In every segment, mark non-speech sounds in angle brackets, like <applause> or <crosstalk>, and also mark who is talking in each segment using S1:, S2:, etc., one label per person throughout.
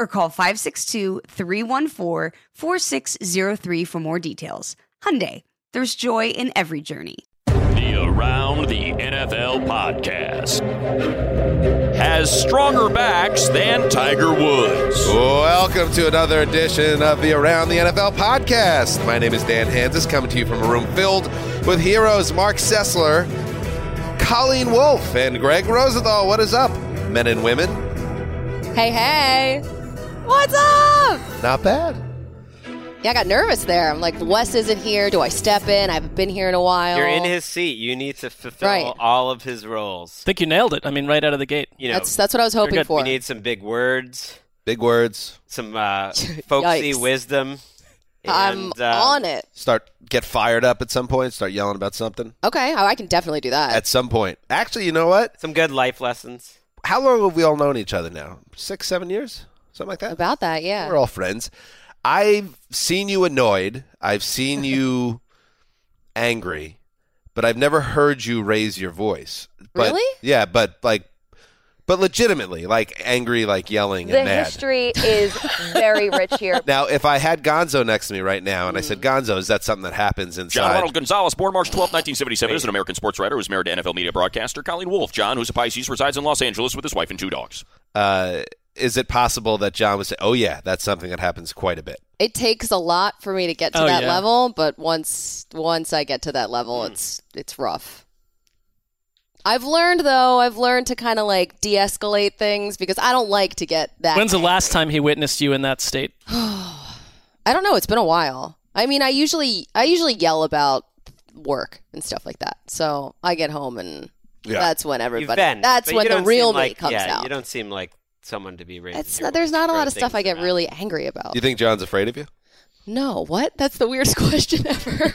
S1: or call 562-314-4603 for more details. Hyundai, there's joy in every journey.
S2: The Around the NFL podcast has stronger backs than Tiger Woods.
S3: Welcome to another edition of the Around the NFL podcast. My name is Dan Hansis, coming to you from a room filled with heroes Mark Sessler, Colleen Wolfe, and Greg Rosenthal. What is up, men and women?
S4: Hey, hey. What's up?
S3: Not bad.
S4: Yeah, I got nervous there. I'm like, Wes isn't here. Do I step in? I haven't been here in a while.
S5: You're in his seat. You need to fulfill
S4: Right.
S5: all of his roles.
S6: think you nailed it. I mean, right out of the gate.
S5: You know,
S4: That's that's what I was hoping
S6: good.
S4: for.
S5: we need some big words,
S3: Big words.
S5: some uh, folksy
S4: <laughs> Yikes.
S5: wisdom.
S4: I'm
S5: and, uh,
S4: on it.
S3: Start get fired up at some point. Start yelling about something
S4: Okay, oh, I can definitely do that.
S3: at some point. Actually, you know what?
S5: Some good life lessons.
S3: How long have we all known each other now? Six, seven years, something like that.
S4: About that, yeah.
S3: We're all friends. I've seen you annoyed.
S7: <laughs>
S3: I've seen you angry, but I've never heard you raise your voice. But,
S4: Really?
S3: Yeah, but like, but legitimately, like angry, like yelling
S7: The
S3: and mad.
S7: history is very rich here.
S3: <laughs>
S7: Mm.
S3: now, if I had Gonzo next to me right now, and I said, "Gonzo, is that something that happens
S2: John
S3: inside?"
S2: Ronald Gonzalez, born March 12, 1977, is an American sports writer who's married to NFL media broadcaster Colleen Wolfe. John, who's a Pisces, resides in Los Angeles with his wife and two dogs.
S3: uh, is it possible that John would say, "Oh yeah, that's something that happens quite a bit"?
S4: It takes a lot for me to get to
S6: Oh,
S4: that
S6: yeah.
S4: level, but once once I get to that level,
S5: Hmm.
S4: it's it's rough. I've learned though, I've learned to kind of like de-escalate things because I don't like to get that.
S6: When's the last time he witnessed you in that state?
S4: Oh, I don't know, it's been a while. I mean, I usually I usually yell about work and stuff like that. So, I get home and
S3: Yeah.
S4: that's when
S5: You
S4: everybody
S5: vent,
S4: that's
S5: but you
S4: when the
S5: don't
S4: real
S5: seem
S4: me
S5: like,
S4: comes
S5: yeah,
S4: out.
S5: You don't seem like someone to be raising.
S4: It's
S5: your
S4: there's
S5: voice
S4: not
S5: to
S4: a lot
S5: throw
S4: of stuff
S5: things
S4: I get
S5: around.
S4: really angry about.
S3: You think John's afraid of you?
S4: no, what? That's the weirdest <laughs> question ever.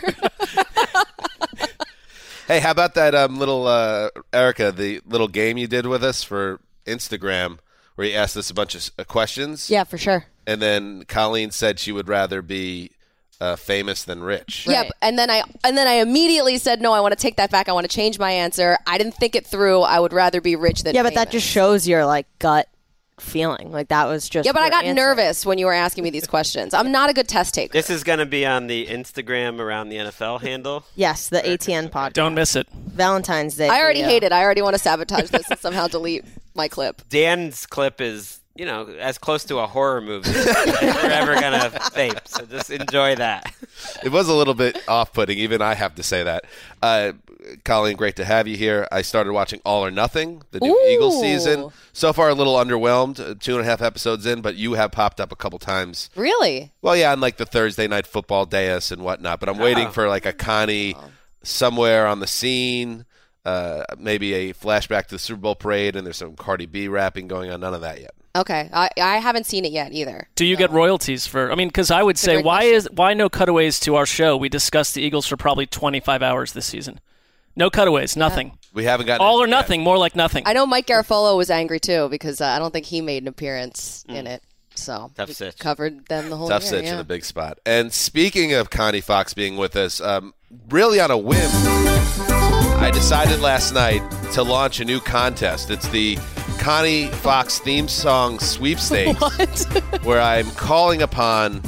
S3: Hey, how about that um, little uh, Erica, the little game you did with us for Instagram, where you asked us a bunch of s- uh, questions,
S4: yeah, for sure.
S3: and then Colleen said she would rather be uh, famous than rich.
S4: Yeah, b- and then I and then I immediately said, "No, I want to take that back. I want to change my answer. I didn't think it through. I would rather be rich than
S8: Yeah, but that
S4: famous."
S8: just shows your like gut feeling. Like that was just.
S4: yeah, but I
S8: your
S4: got
S8: answer.
S4: nervous when you were asking me these questions. I'm not a good test taker.
S5: This is going to be on the Instagram around the
S4: <laughs>
S5: NFL handle.
S8: Yes, the ATN podcast.
S6: Don't miss it.
S8: Valentine's Day.
S4: I already
S8: video.
S4: hate it. I already want to sabotage this and somehow delete my clip.
S5: Dan's clip is, you know, as close to a horror
S4: <laughs>
S5: movie as we're ever going to tape. So just enjoy that.
S3: It was a little bit off-putting, even I have to say that. Uh, Colleen, great to have you here. I started watching All or Nothing, the new
S4: Ooh.
S3: Eagles season. So far, a little underwhelmed, uh, two and a half episodes in, but you have popped up a couple times.
S4: Really?
S3: Well, yeah, on like the Thursday night football dais and whatnot. But I'm waiting for like a Connie somewhere on the scene, uh, maybe a flashback to the Super Bowl parade, and there's some Cardi B rapping going on. None of that yet.
S4: Okay, I, I haven't seen it yet either.
S6: Do you get royalties for? I mean, because I would say,
S4: great
S6: why
S4: question.
S6: is why no cutaways to our show? We discussed the Eagles for probably 25 hours this season. No cutaways, nothing.
S3: We haven't gotten
S6: All
S3: it
S6: or
S3: yet.
S6: nothing, more like nothing.
S4: I know Mike Garofalo was angry too because uh, I don't think he made an appearance in it. So
S5: Tough
S4: we
S5: sitch.
S4: covered them the whole
S3: Tough
S4: year.
S3: sitch
S4: yeah.
S3: in a big spot. And speaking of Connie Fox being with us, um, really on a whim, I decided last night to launch a new contest. It's the Connie Fox theme song
S4: <laughs>
S3: sweepstakes, where I'm calling upon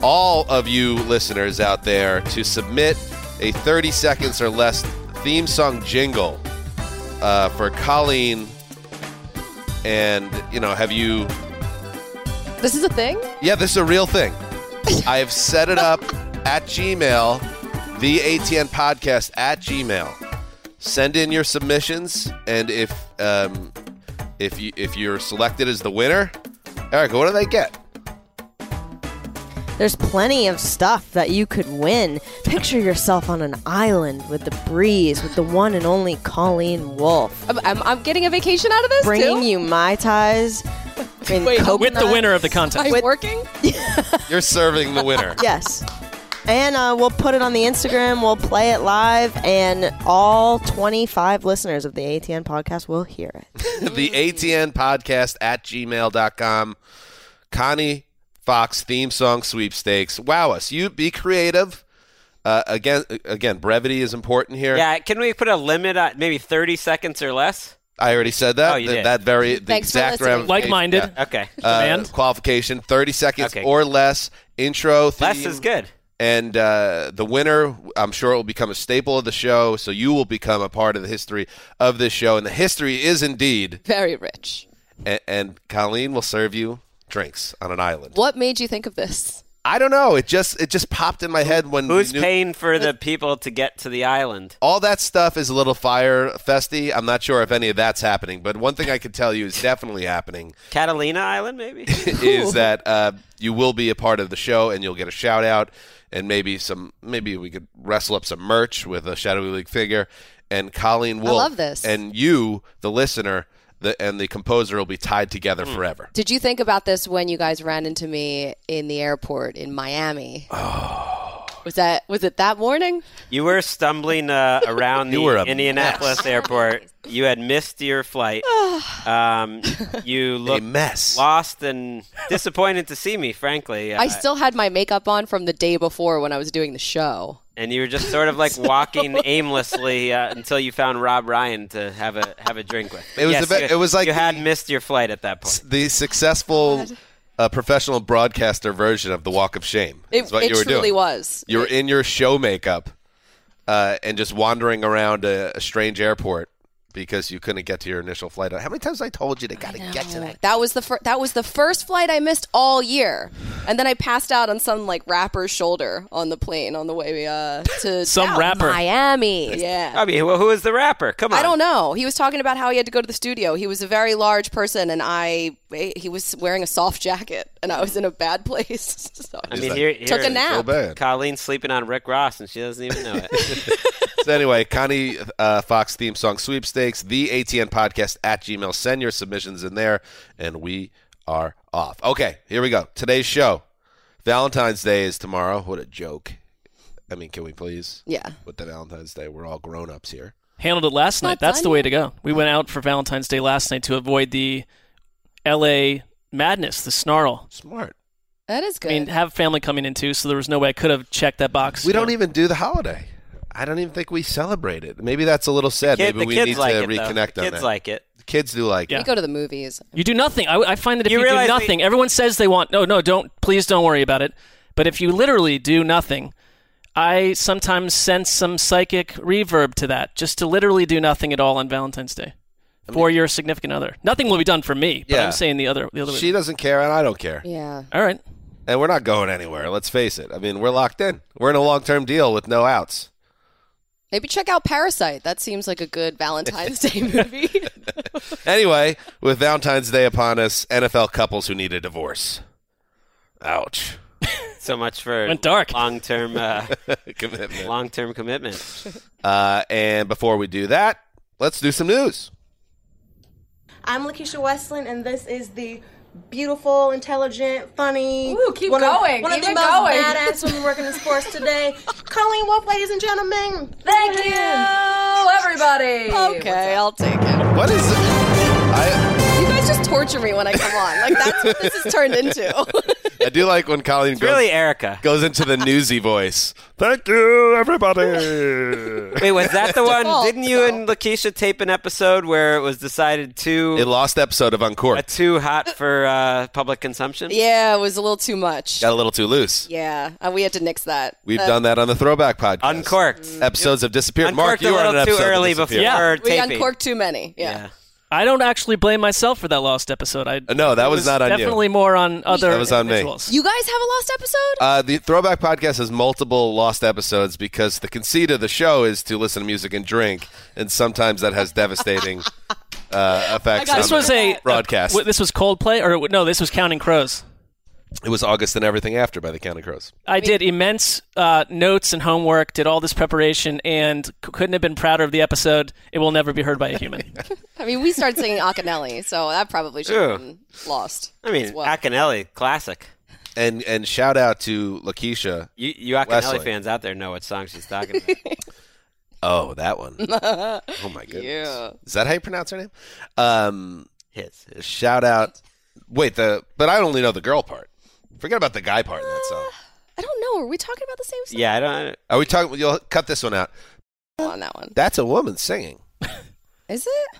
S3: all of you listeners out there to submit a 30 seconds or less theme song jingle uh, for Colleen. And, you know, have you
S4: This is a thing.
S3: yeah, this is a real thing. I have set it up at Gmail, the ATN podcast at Gmail. Send in your submissions, and if um, if you if you're selected as the winner, Erica, what do they get?
S8: There's plenty of stuff that you could win. Picture yourself on an island with the breeze, with the one and only Colleen Wolf,
S4: I'm, I'm, I'm getting a vacation out of this
S8: bringing
S4: too.
S8: you mai
S4: <laughs>
S8: tais and
S6: Wait,
S8: coconut.
S6: with the
S8: <laughs>
S6: winner of the contest.
S4: I'm <laughs> working.
S3: You're serving the winner.
S8: <laughs> Yes. And uh, we'll put it on the Instagram. We'll play it live, and all 25 listeners of the ATN podcast will hear it.
S3: <laughs> the ATN podcast at gmail.com. Connie Fox theme song sweepstakes. Wow us. You be creative. Uh, again, again, brevity is important here.
S5: Yeah, can we put a limit on maybe 30 seconds or less?
S3: I already said that.
S5: Oh, you
S3: Th-
S5: did.
S3: That very the
S4: Thanks for
S3: exact
S4: listening.
S3: ramification-
S6: Like-minded.
S3: yeah. <laughs>
S5: Okay.
S3: Uh,
S6: Demand?
S3: qualification: thirty seconds
S5: Okay.
S3: or less. Intro. Theme,
S5: Less is good.
S3: And uh, the winner, I'm sure, will become a staple of the show. So you will become a part of the history of this show, and the history is indeed.
S4: Very rich.
S3: And, and Colleen will serve you drinks on an island.
S4: What made you think of this?
S3: I don't know. It just it just popped in my head when we
S5: Who's
S3: knew-
S5: paying for the people to get to the island?
S3: All that stuff is a little fire festy. I'm not sure if any of that's happening, but one thing I can tell you is definitely happening.
S5: Catalina Island,
S3: <laughs>
S5: maybe?
S4: <laughs>
S3: is that uh, you will be a part of the show and you'll get a shout out and maybe some maybe we could wrestle up some merch with a shadowy league figure and colleen will
S4: love this.
S3: and you the listener the, and the composer will be tied together forever
S4: Did you think about this when you guys ran into me in the airport in Miami?
S8: Oh.
S4: Was that was it that morning?
S5: You were stumbling uh, around the
S3: <laughs> You were a
S5: Indianapolis airport. You had missed your
S4: <sighs>
S5: flight. Um, you
S3: a
S5: looked
S3: mess
S5: lost and disappointed to see me, frankly. Uh,
S4: I still had my makeup on from the day before when I was doing the show.
S5: and you were just sort of
S4: <laughs>
S5: like walking aimlessly uh, until you found Rob Ryan to have a have a drink with.
S3: It was
S5: Yes,
S3: a bit-
S5: you-
S3: it was like
S5: you had
S3: the-
S5: missed your flight at that point.
S3: the successful uh, professional broadcaster version of the walk of shame
S4: It,
S3: is what
S4: it
S3: you were
S4: truly
S3: doing
S4: was.
S3: you were in your show makeup uh, and just wandering around a, a strange airport because you couldn't get to your initial flight. How many times I told you to gotta get to that
S4: That was the fir- that was the first flight I missed all year, and then I passed out on some like rapper's shoulder on the plane on the way uh,
S6: <laughs>
S4: to
S6: Some
S4: down
S6: rapper.
S4: Miami.
S5: I
S4: Yeah,
S5: mean, who, who is the rapper? Come on.
S4: I don't know. He was talking about how he had to go to the studio. He was a very large person, and I eh, he was wearing a soft jacket, and I was in a bad place. <laughs> So I
S5: I
S4: just
S5: mean,
S3: like,
S5: here, here
S4: took
S5: is
S4: a
S3: so
S4: nap.
S3: bad.
S5: Colleen's sleeping on Rick Ross, and she doesn't even <laughs> know it.
S3: So anyway, Connie uh, Fox theme song sweepstakes, the ATN podcast at Gmail. Send your submissions in there, and we are off. Okay, here we go. Today's show. Valentine's Day is tomorrow. What a joke. I mean, can we please?
S4: Yeah.
S3: With the Valentine's Day, we're all grown ups here.
S6: Handled it last night. That's
S4: done
S6: the way to go. We went out for Valentine's Day last night to avoid the LA madness, the snarl.
S3: Smart.
S4: That is good.
S6: I mean, have family coming in too, so there was no way I could have checked that box.
S3: We don't
S6: Yeah.
S3: even do the holiday. I don't even think we celebrate it. Maybe that's a little sad.
S5: Kid-
S3: Maybe
S5: the
S3: we
S5: kids
S3: need
S5: like
S3: to
S5: it, though.
S3: reconnect
S5: The
S3: on
S5: kids
S3: that.
S5: like it.
S3: The kids do like
S6: Yeah.
S4: we go to the movies.
S6: You do nothing. I, I find that if
S5: You
S6: you, do
S5: realize the-
S6: nothing, everyone says they want. No, no, don't. Please don't worry about it. But if you literally do nothing, I sometimes sense some psychic reverb to that. Just to literally do nothing at all on Valentine's Day for your significant other. Nothing will be done for me. But
S3: Yeah.
S6: I'm saying the other, the other
S3: it.
S6: way.
S3: She doesn't care, and I don't care.
S4: Yeah.
S6: all right.
S3: And we're not going anywhere. Let's face it. I mean, we're locked in. We're in a long term deal with
S5: <laughs>
S3: no outs.
S4: Maybe check out Parasite. That seems like a good
S6: <laughs>
S4: Valentine's Day movie. <laughs>
S3: Anyway, with Valentine's Day upon us, NFL couples who need a divorce. Ouch. <laughs>
S5: So much for
S6: Went dark.
S5: long term <laughs> uh,
S3: Commitment.
S5: long term commitment.
S3: Uh, and before we do that, let's do some news.
S9: I'm Lakeisha Westland, and this is the beautiful, intelligent, funny.
S7: Ooh, keep
S9: one of-
S7: going.
S9: one of
S7: Keep
S9: the
S7: it
S9: most
S7: going.
S4: <laughs>
S9: badass women working in sports today. Colleen Wolf, ladies and gentlemen.
S7: Thank you.
S10: kill everybody.
S4: Okay, I'll take it.
S3: What is? I,
S4: You guys just torture me when I come on. Like that's what this has turned into.
S3: <laughs> I do like when Colleen goes,
S5: really Erica
S3: goes into the newsy voice. Thank you, everybody.
S5: Wait, was
S3: <laughs>
S5: that the one? Didn't you and Lakeisha tape an episode where it was decided too uh,
S3: a lost episode of Encore?
S5: too hot for uh, public consumption?
S4: <laughs> yeah, it was a little too much.
S3: Got a little too loose.
S4: Yeah, uh, we had to nix that.
S3: We've done that on the Throwback podcast.
S5: Uncorked
S3: episodes have disappeared.
S5: Uncorked
S3: Mark, you
S5: a
S3: were on an
S5: little too
S3: episode that
S5: early
S3: disappeared.
S5: before Yeah.
S4: We uncorked too many. Yeah.
S6: I don't actually blame myself for that lost episode. I
S3: Uh, no, that
S6: it
S3: was not on you.
S6: Definitely more on other.
S3: That was on me.
S6: individuals.
S4: You guys have a lost episode?
S3: Uh, the Throwback Podcast has multiple lost episodes because the conceit of the show is to listen to music and drink, and sometimes that has devastating uh, effects.
S6: This
S3: on
S6: was
S3: the
S6: a
S3: broadcast.
S6: w- this was Coldplay, or no? This was Counting Crows.
S3: it was August and everything after by the Counting Crows.
S6: I did immense uh, notes and homework, did all this preparation, and c- couldn't have been prouder of the episode. It will never be heard by a human.
S4: I mean, we started singing Acanelli, so that probably should have
S3: Ew.
S4: been lost.
S5: I mean,
S4: as well.
S5: Acanelli, classic.
S3: And and shout out to Lakeisha.
S5: You, you Acanelli
S3: Wesley.
S5: fans out there know what song she's
S4: <laughs>
S5: talking about.
S3: Oh, that one. Oh my goodness. Is that how you pronounce her name? Um,
S5: his,
S3: Shout out. Wait, the but I only know the girl part. Forget about the guy part in that
S4: <sighs>
S3: song.
S4: I don't know. Are we talking about the same song?
S5: Yeah, I don't.
S3: Are we talking? You'll cut this one out.
S4: On that one.
S3: That's a woman singing.
S4: Is it?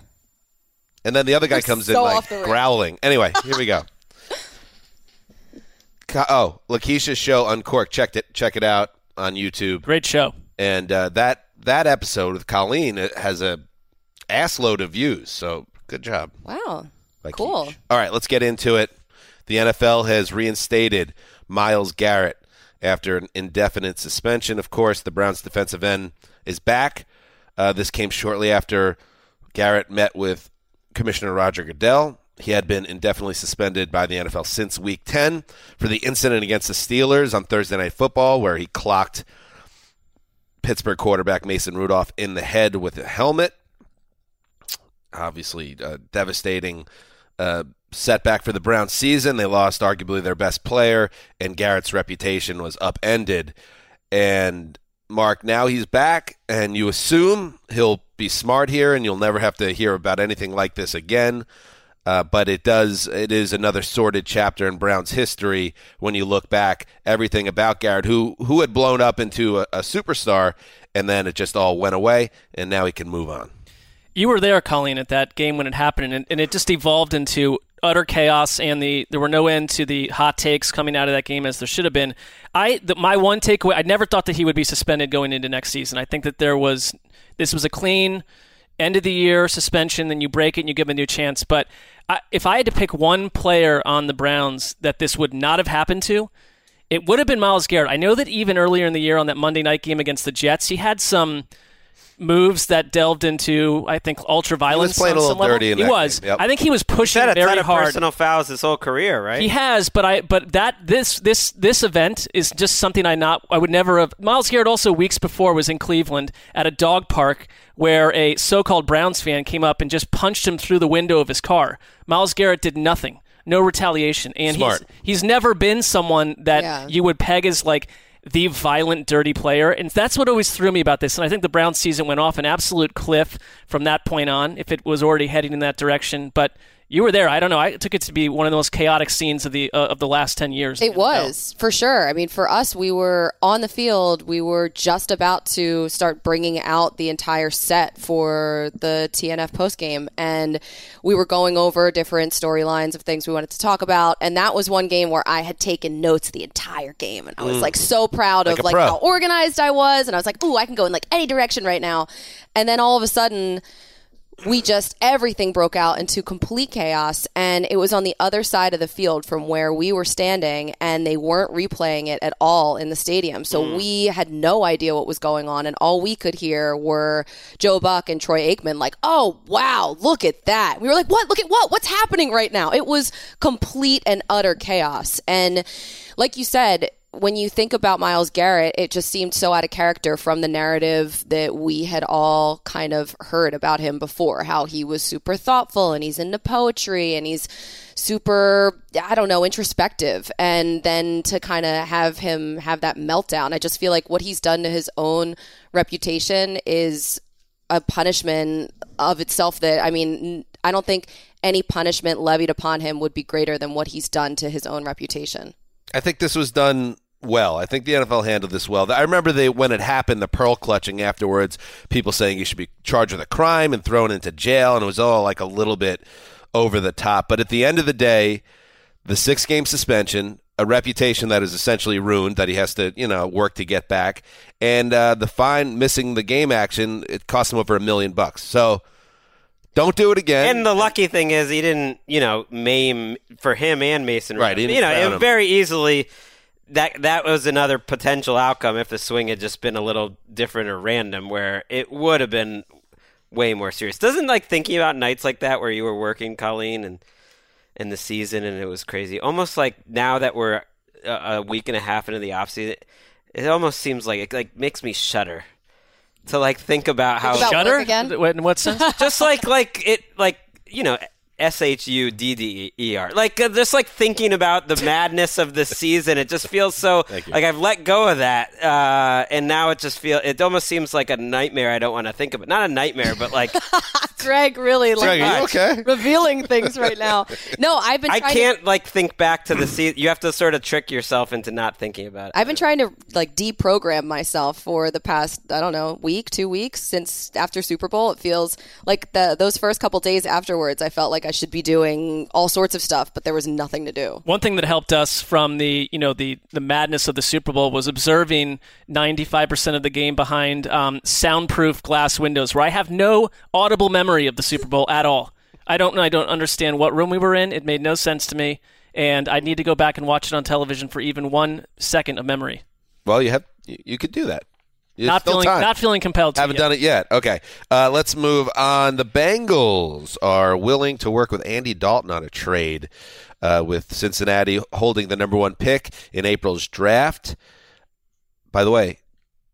S3: And then the other guy
S4: We're
S3: comes in
S4: so
S3: like
S4: off the rails.
S3: growling.
S4: <laughs>
S3: Anyway, here we go. Ca- Oh, Lakeisha's show Uncorked. Check it. Check it out on YouTube.
S6: Great show.
S3: And uh, that that episode with Colleen uh, has a assload of views. So good job.
S4: Wow.
S3: Like
S4: cool.
S3: All right, let's get into it. The NFL has reinstated Miles Garrett after an indefinite suspension. Of course, the Browns defensive end is back. Uh, this came shortly after Garrett met with Commissioner Roger Goodell. He had been indefinitely suspended by the NFL since week 10 for the incident against the Steelers on Thursday Night Football, where he clocked Pittsburgh quarterback Mason Rudolph in the head with a helmet obviously uh, devastating uh, setback for the Browns season. They lost arguably their best player, and Garrett's reputation was upended. And Mark, now he's back, and you assume he'll be smart here, and you'll never have to hear about anything like this again. Uh, but it does. It is another sordid chapter in Browns history when you look back everything about Garrett, who who had blown up into a, a superstar, and then it just all went away, and now he can move on.
S6: You were there, Colleen, at that game when it happened, and, and it just evolved into utter chaos. And the there were no end to the hot takes coming out of that game as there should have been. I the, my one takeaway: I never thought that he would be suspended going into next season. I think that there was this was a clean end of the year suspension. Then you break it and you give him a new chance. But I, if I had to pick one player on the Browns that this would not have happened to, it would have been Miles Garrett. I know that even earlier in the year on that Monday night game against the Jets, he had some moves that delved into, I think, ultra violence.
S3: playing
S6: on
S3: a little
S6: some level.
S3: dirty in
S6: he
S3: that
S6: was.
S3: game, yep.
S6: I think he was pushing
S5: He's had a
S6: very
S5: ton of
S6: hard.
S5: personal fouls his whole career, right?
S6: He has, but I but that this this this event is just something I not I would never have. Miles Garrett also weeks before was in Cleveland at a dog park where a so-called Browns fan came up and just punched him through the window of his car. Miles Garrett did nothing, no retaliation, and
S3: Smart.
S6: he's he's never been someone that
S4: Yeah.
S6: you would peg as like the violent, dirty player. And that's what always threw me about this. And I think the Browns season went off an absolute cliff from that point on, if it was already heading in that direction. But you were there. I don't know. I took it to be one of the most chaotic scenes of the uh, of the last ten years.
S4: It was for sure. I mean, for us, we were on the field. We were just about to start bringing out the entire set for the TNF postgame, and we were going over different storylines of things we wanted to talk about. And that was one game where I had taken notes the entire game, and I was
S11: Mm.
S4: like so proud
S11: Like
S4: of
S11: a
S4: like
S11: pro.
S4: how organized I was, and I was like, "Ooh, I can go in like any direction right now." And then all of a sudden we just everything broke out into complete chaos and it was on the other side of the field from where we were standing and they weren't replaying it at all in the stadium so
S11: Mm.
S4: we had no idea what was going on and all we could hear were joe buck and troy aikman like oh wow look at that we were like what look at what what's happening right now it was complete and utter chaos and like you said when you think about Miles Garrett, it just seemed so out of character from the narrative that we had all kind of heard about him before. How he was super thoughtful and he's into poetry and he's super, I don't know, introspective. And then to kind of have him have that meltdown, I just feel like what he's done to his own reputation is a punishment of itself that I mean I don't think any punishment levied upon him would be greater than what he's done to his own reputation.
S3: I think this was done well. I think the NFL handled this well. I remember they when it happened, the pearl clutching afterwards, people saying he should be charged with a crime and thrown into jail, and it was all like a little bit over the top. But at the end of the day, the six game suspension, a reputation that is essentially ruined that he has to you know work to get back, and uh, the fine missing the game action, it cost him over a million bucks. So. Don't do it again.
S5: And the lucky thing is, he didn't, you know, maim for him and Mason.
S3: Right, he didn't
S5: you know,
S3: crown
S5: it
S3: him.
S5: very easily that that was another potential outcome if the swing had just been a little different or random, where it would have been way more serious. Doesn't like thinking about nights like that where you were working, Colleen, and and the season, and it was crazy. Almost like now that we're a, a week and a half into the offseason, it almost seems like it like makes me shudder to like think about how
S6: Shudder? Wait, In what sense?
S5: just like like it like you know S H U D D E R. Like uh, just like thinking about the madness of the season, it just feels so like I've let go of that, uh, and now it just feel it almost seems like a nightmare. I don't want to think about not a nightmare, but
S4: <laughs>
S5: like
S4: Greg really like
S5: Greg, are you okay?
S4: revealing things right now. No, I've been.
S5: I
S4: trying to-
S5: can't like think back to the season. You have to sort of trick yourself into not thinking about it.
S4: I've been trying to like deprogram myself for the past I don't know week, two weeks since after Super Bowl. It feels like the those first couple days afterwards, I felt like I should be doing all sorts of stuff, but there was nothing to do.
S6: One thing that helped us from the you know the the madness of the Super Bowl was observing 95% of the game behind um, soundproof glass windows, where I have no audible memory of the Super Bowl at all. I don't know. I don't understand what room we were in. It made no sense to me, and I need to go back and watch it on television for even one second of memory.
S3: Well, you have you, you could do that. It's
S6: not
S3: still
S6: feeling
S3: time.
S6: not feeling compelled. To
S3: Haven't
S6: yet.
S3: done it yet. Okay, uh, let's move on. The Bengals are willing to work with Andy Dalton on a trade, uh, with Cincinnati holding the number one pick in April's draft. By the way,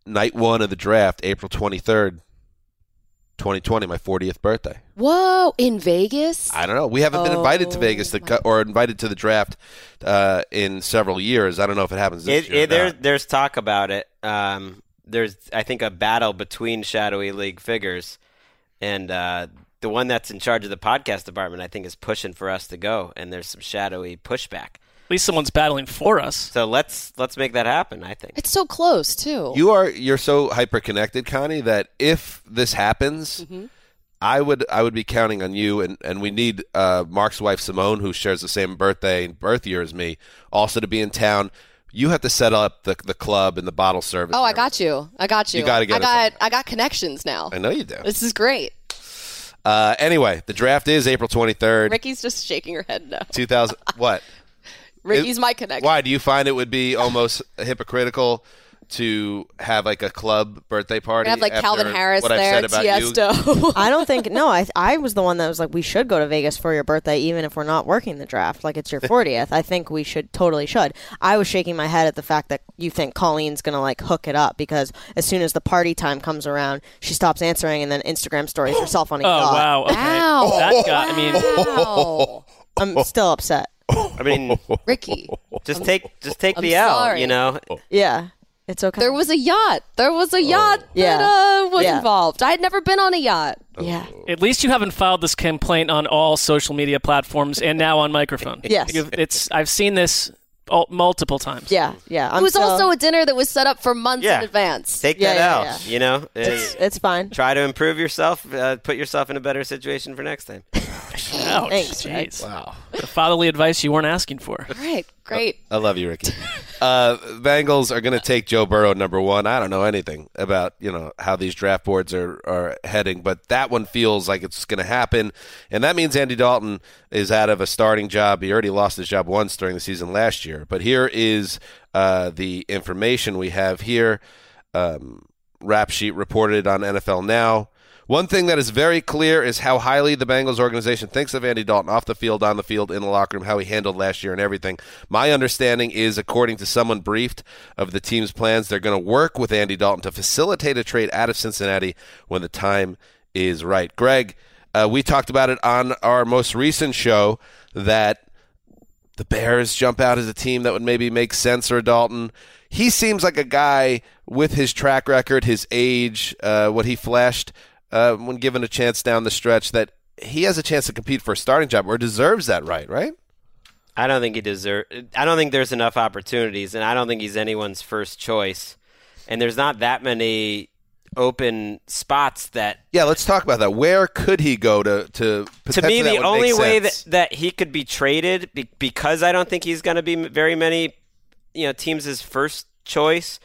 S3: night one of the draft, April twenty third, twenty twenty, my fortieth birthday.
S4: Whoa, in Vegas.
S3: I don't know. We haven't been invited to
S4: Oh,
S3: Vegas to, co- or invited to the draft uh, in several years. I don't know if it happens this
S5: It,
S3: year. or
S5: it, there's
S3: not.
S5: there's talk about it. Um, there's I think a battle between shadowy league figures, and uh, the one that's in charge of the podcast department I think is pushing for us to go, and there's some shadowy pushback.
S6: At least someone's battling for us.
S5: So let's let's make that happen. I think.
S4: It's so close too.
S3: You are you're so hyper connected, Connie, that if this happens,
S4: Mm-hmm.
S3: I would I would be counting on you and, and we need uh, Mark's wife Simone, who shares the same birthday and birth year as me, also to be in town. You have to set up the the club and the bottle service.
S4: oh, I got you. I got you.
S3: You gotta get
S4: I
S3: us
S4: got. I got connections now.
S3: I know you do.
S4: This is great.
S3: Uh, anyway, the draft is April twenty third,
S4: Ricky's just shaking her head no.
S3: two thousand. What?
S4: <laughs> Ricky's
S3: It-
S4: my connection.
S3: Why do you find it would be almost hypocritical to have like a club birthday
S4: We're
S3: party?
S4: gonna have like
S3: after
S4: Calvin Harris
S3: what I've
S4: there,
S3: said about you?
S4: <laughs> Tiesto.
S8: I don't think no. I I was the one that was like, we should go to Vegas for your birthday, even if we're not working the draft. Like
S6: <laughs>
S8: it's your fortieth. I think we should totally should. I was shaking my head at the fact that you think Colleen's gonna like hook it up because as soon as the party time comes around, she stops answering and then Instagram stories herself on a
S6: <gasps> Oh wow. Okay.
S3: Oh.
S6: That got. I
S3: <laughs>
S6: mean.
S4: Wow.
S8: I'm still upset.
S5: I mean,
S4: Ricky.
S5: just take just take
S4: I'm
S5: the L.
S4: sorry.
S5: You know,
S8: Yeah, it's okay.
S4: There was a yacht. There was a yacht that
S8: Oh, Yeah.
S4: uh, was
S8: Yeah.
S4: involved. I had never been on a yacht.
S8: yeah.
S6: At least you haven't filed this complaint on all social media platforms and now on microphone.
S8: <laughs> Yes.
S6: You've- it's I've seen this all, multiple times.
S8: Yeah, yeah. I'm
S4: it was
S8: still-
S4: also a dinner that was set up for months
S5: Yeah.
S4: in advance.
S5: take
S8: Yeah,
S5: that
S8: yeah,
S5: L.
S8: yeah.
S5: You know,
S8: <laughs> It's,
S5: Uh,
S8: <laughs> it's fine.
S5: try to improve yourself. Uh, put yourself in a better situation for next time.
S6: Ouch,
S8: Thanks, Greg.
S6: jeez. The fatherly advice you weren't asking for.
S4: Right. Great.
S3: I love you, Ricky. uh, Bengals are going to take Joe Burrow number one. I don't know anything about you know how these draft boards are are heading, but that one feels like it's going to happen, and that means Andy Dalton is out of a starting job. He already lost his job once during the season last year. But here is uh, the information we have here. Um, rap sheet reported on NFL Now. One thing that is very clear is how highly the Bengals organization thinks of Andy Dalton off the field, on the field, in the locker room, how he handled last year and everything. My understanding is, according to someone briefed of the team's plans, they're going to work with Andy Dalton to facilitate a trade out of Cincinnati when the time is right. Greg, uh, we talked about it on our most recent show that the Bears jump out as a team that would maybe make sense for Dalton. He seems like a guy with his track record, his age, uh, what he flashed uh, when given a chance down the stretch that he has a chance to compete for a starting job or deserves that right, right?
S5: I don't think he deserve. I don't think there's enough opportunities, and I don't think he's anyone's first choice. And there's not that many open spots that
S3: Yeah, let's talk about that. Where could he go to to
S5: to me
S3: potentially that
S5: the
S3: would make
S5: only way
S3: sense?
S5: that, that he could be traded be, because I don't think he's going to be m- very many you know teams his first choice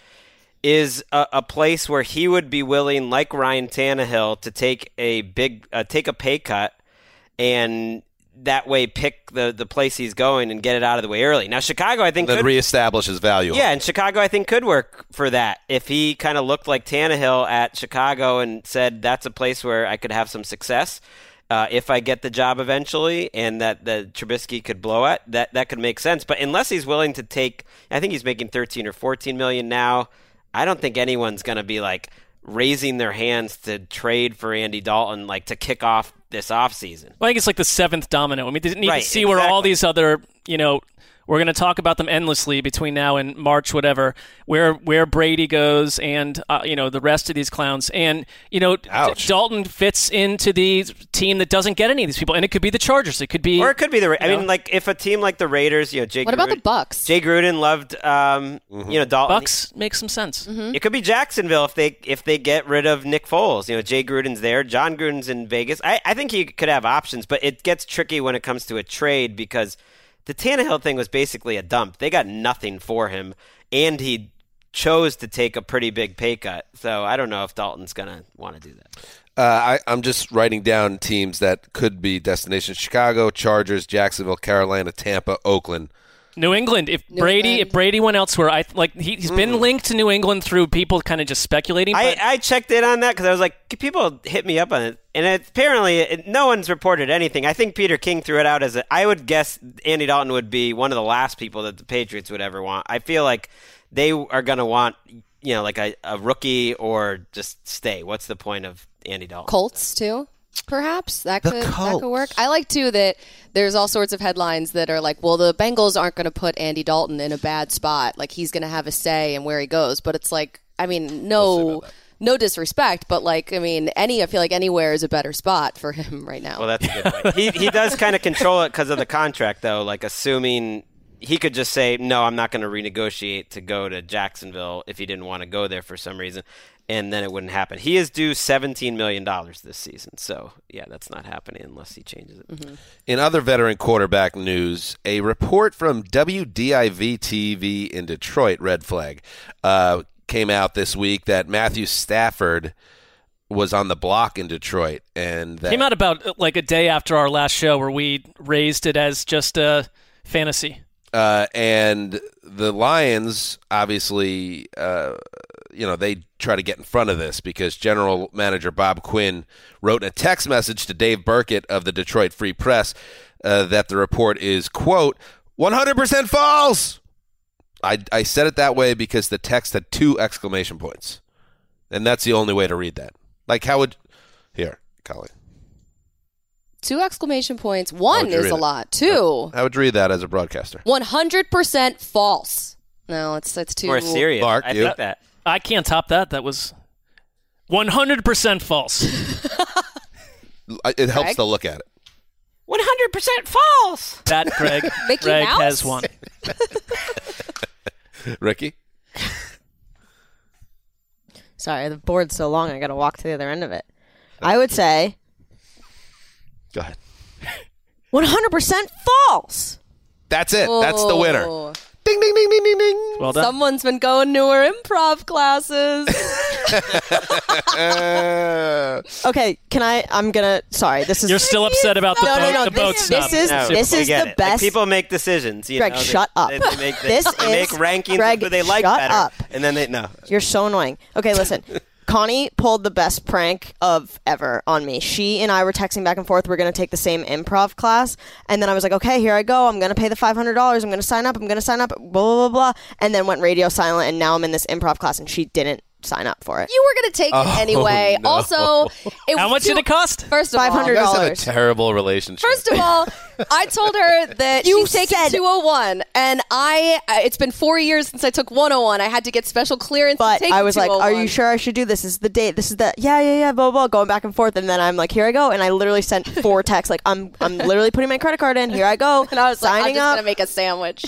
S5: is a, a place where he would be willing like Ryan Tannehill to take a big uh, take a pay cut and that way pick the the place he's going and get it out of the way early. Now Chicago I think
S3: then
S5: could-
S3: reestablish his value.
S5: yeah, and Chicago, I think, could work for that if he kind of looked like Tannehill at Chicago and said that's a place where I could have some success uh, if I get the job eventually, and that the Trubisky could blow at that. That could make sense, but unless he's willing to take, I think he's making thirteen or fourteen million now. I don't think anyone's going to be like raising their hands to trade for Andy Dalton, like to kick off this offseason.
S6: Well, I think it's like the seventh domino. I mean, they need
S5: Right,
S6: to see where all these other, you know, we're going to talk about them endlessly between now and March, whatever. Where where Brady goes, and uh, you know the rest of these clowns, and you know D- Dalton fits into the team that doesn't get any of these people, and it could be the Chargers, it could be,
S5: or it could be the. Ra- I
S6: you know.
S5: mean, like if a team like the Raiders, you know, Jake.
S4: What about the
S5: Gruden-
S4: Bucks?
S5: Jay Gruden loved, um, you know, Dalton.
S6: Bucks makes some sense.
S5: It could be Jacksonville if they if they get rid of Nick Foles. You know, Jay Gruden's there. John Gruden's in Vegas. I, I think he could have options, but it gets tricky when it comes to a trade because the Tannehill thing was basically a dump. They got nothing for him, and he chose to take a pretty big pay cut. So I don't know if Dalton's gonna want to do that.
S3: Uh, I, I'm just writing down teams that could be destinations: Chicago, Chargers, Jacksonville, Carolina, Tampa, Oakland.
S6: New England. If Brady, if Brady went elsewhere, I like he, he's been linked to New England through people kind of just speculating.
S5: Mm-hmm. I,
S6: but-
S5: I checked in on that because I was like, people hit me up on it, and it, apparently it, no one's reported anything. I think Peter King threw it out as a, I would guess Andy Dalton would be one of the last people that the Patriots would ever want. I feel like they are going to want, you know, like a, a rookie or just stay. What's the point of Andy Dalton?
S4: Colts too. Perhaps that could that could work. I like too that there's all sorts of headlines that are like, well, the Bengals aren't going to put Andy Dalton in a bad spot. Like he's going to have a say in where he goes. But it's like, I mean, no, no disrespect, but like, I mean, any I feel like anywhere is a better spot for him <laughs> right now.
S5: Well, that's a good point. he, he does kind of control it because of the contract, though. Like, assuming he could just say, no, I'm not going to renegotiate to go to Jacksonville if he didn't want to go there for some reason, and then it wouldn't happen. He is due $17 million this season. So, yeah, that's not happening unless he changes it.
S3: In other veteran quarterback news, a report from WDIV TV in Detroit, Red Flag, uh, came out this week that Matthew Stafford was on the block in Detroit, and that
S6: Came out about uh, like a day after our last show where we raised it as just a fantasy.
S3: uh, and the Lions obviously, uh, you know, they try to get in front of this because General Manager Bob Quinn wrote a text message to Dave Burkett of the Detroit Free Press uh, that the report is quote 100% false. I, I said it that way because the text had two exclamation points, and that's the only way to read that. Like, how would here, Colleen?
S4: Two exclamation points.
S3: How
S4: One
S3: would you
S4: is
S3: read
S4: a
S3: it?
S4: lot. Two,
S3: How would you read that as a broadcaster?
S4: one hundred percent false. No, it's it's too
S5: More serious.
S3: Mark,
S5: I
S3: you?
S5: think that.
S6: I can't top that. That was 100% false.
S3: I- It helps
S4: Greg?
S3: to look at it.
S5: 100% false!
S6: That Greg,
S4: Mickey
S6: Greg
S4: Mouse?
S6: has one.
S3: Ricky,
S8: Sorry, the board's so long. I got to walk to the other end of it. I would say
S3: go ahead.
S8: 100% false.
S3: That's it. That's the winner.
S4: Oh.
S3: Ding ding ding ding ding
S4: <laughs>
S3: ding.
S6: Well done.
S4: Someone's been going to her improv
S3: <laughs>
S4: classes.
S3: Uh,
S8: Okay, can I? I'm gonna. Sorry, this is.
S6: You're still upset about the
S8: No,
S6: boat,
S8: no, no,
S6: the boat
S8: this-
S6: snub.
S8: this is-
S5: No,
S8: this
S5: we
S8: is
S5: get
S8: the
S5: it. Like,
S8: best-
S5: people make decisions. You
S8: Greg,
S5: know, they-
S8: shut up.
S5: They, they make, they,
S8: This
S5: they make
S8: is-
S5: rankings
S8: Greg,
S5: who they like
S8: shut
S5: better.
S8: up.
S5: And then they, no.
S8: You're so annoying. Okay,
S3: <laughs>
S8: listen. Connie pulled the best prank of ever on me. She and I were texting back and forth. We're going to take the same improv class. And then I was like, oh, okay, here I go. I'm going to pay the $500. I'm going to sign up. I'm going to sign up. Blah, blah, blah, blah. And then went radio silent. And now I'm in this improv class. And she didn't sign up for it.
S4: you were going to take it anyway.
S3: Oh, <laughs> no.
S4: Also, it
S6: How
S4: was
S6: much
S4: too-
S6: did it cost?
S4: First of all,
S3: you guys have a
S8: $500.
S3: terrible relationship.
S4: first of all, I told her that
S8: You
S4: she's taking
S8: said-
S4: 201, and I. uh, It's been four years since I took 101. I had to get special clearance.
S8: But
S4: to take
S8: I was like, "Are
S4: 201.
S8: you sure I should do this? This is the date. This is the yeah, yeah, yeah." Blah blah, blah, going back and forth, and then I'm like, "Here I go!" And I literally sent four
S6: <laughs>
S8: texts, like, "I'm I'm literally putting my credit card in. Here I
S4: oh <laughs>
S8: go." And I was
S4: I'm
S8: signing
S4: just
S8: up.
S4: gonna make
S8: <laughs>
S4: a sandwich.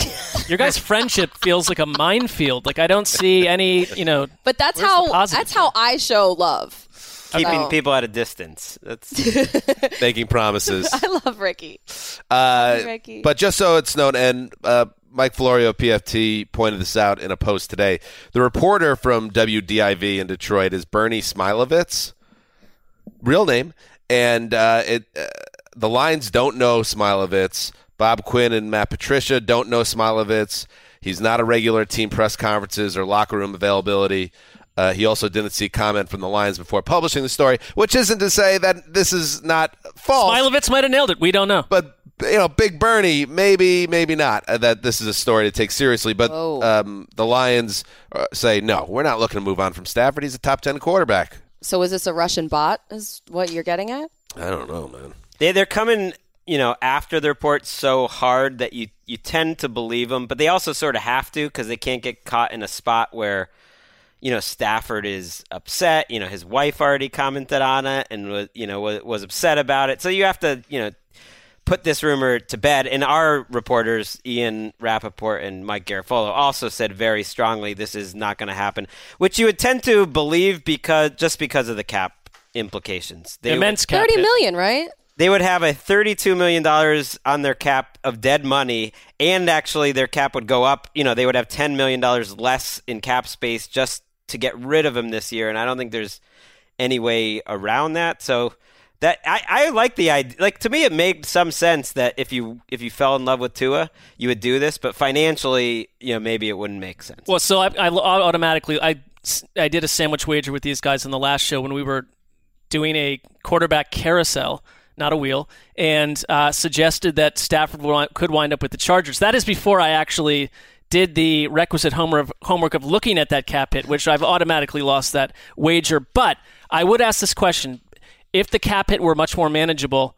S6: Your guys' friendship feels like a minefield. Like I don't see any, you know.
S4: But that's
S6: Where's the
S4: how
S6: positive
S4: that's how I
S8: <laughs>
S4: show love.
S5: Keeping
S4: Oh.
S5: people at a distance. That's
S3: <laughs> making
S4: <laughs>
S3: promises.
S4: I love Ricky.
S3: Uh,
S4: you, Ricky.
S3: but just so it's known, and uh, Mike Florio, PFT, pointed this out in a post today. The reporter from WDIV in Detroit is Bernie Smilovitz, real name, and uh, it uh, the Lions don't know Smilovitz. Bob Quinn and Matt Patricia don't know Smilovitz. He's not a regular at team press conferences or locker room availability. Uh, he also didn't see comment from the Lions before publishing the story, which isn't to say that this is not false
S6: Milovitz might have nailed it. We don't know.
S3: but you know, Big Bernie, maybe, maybe not. Uh, that this is a story to take seriously. But um, the Lions uh, say no, we're not looking to move on from Stafford. He's a top ten quarterback.
S4: So is this a Russian bot? Is what you're getting at?
S3: I don't know, man.
S5: They they're coming, you know, after the report so hard that you you tend to believe them, but they also sort of have to because they can't get caught in a spot where, you know, Stafford is upset. You know, his wife already commented on it and was you know was, was upset about it. So you have to you know put this rumor to bed. And our reporters, Ian Rappaport and Mike Garafolo, also said very strongly this is not going to happen, which you would tend to believe because just because of the cap implications. They
S6: Immense cap
S4: Thirty
S6: hit.
S4: million, right?
S5: they would have a $32 million on their cap of dead money and actually their cap would go up you know they would have $10 million less in cap space just to get rid of him this year and i don't think there's any way around that so that I, I like the idea like to me it made some sense that if you if you fell in love with Tua you would do this but financially you know maybe it wouldn't make sense
S6: Well, so I, I automatically I I did a sandwich wager with these guys on the last show when we were doing a quarterback carousel, not a wheel, and uh, suggested that Stafford would, could wind up with the Chargers. That is before I actually did the requisite homework of, homework of looking at that cap hit, which I've automatically lost that wager. But I would ask this question: If the cap hit were much more manageable,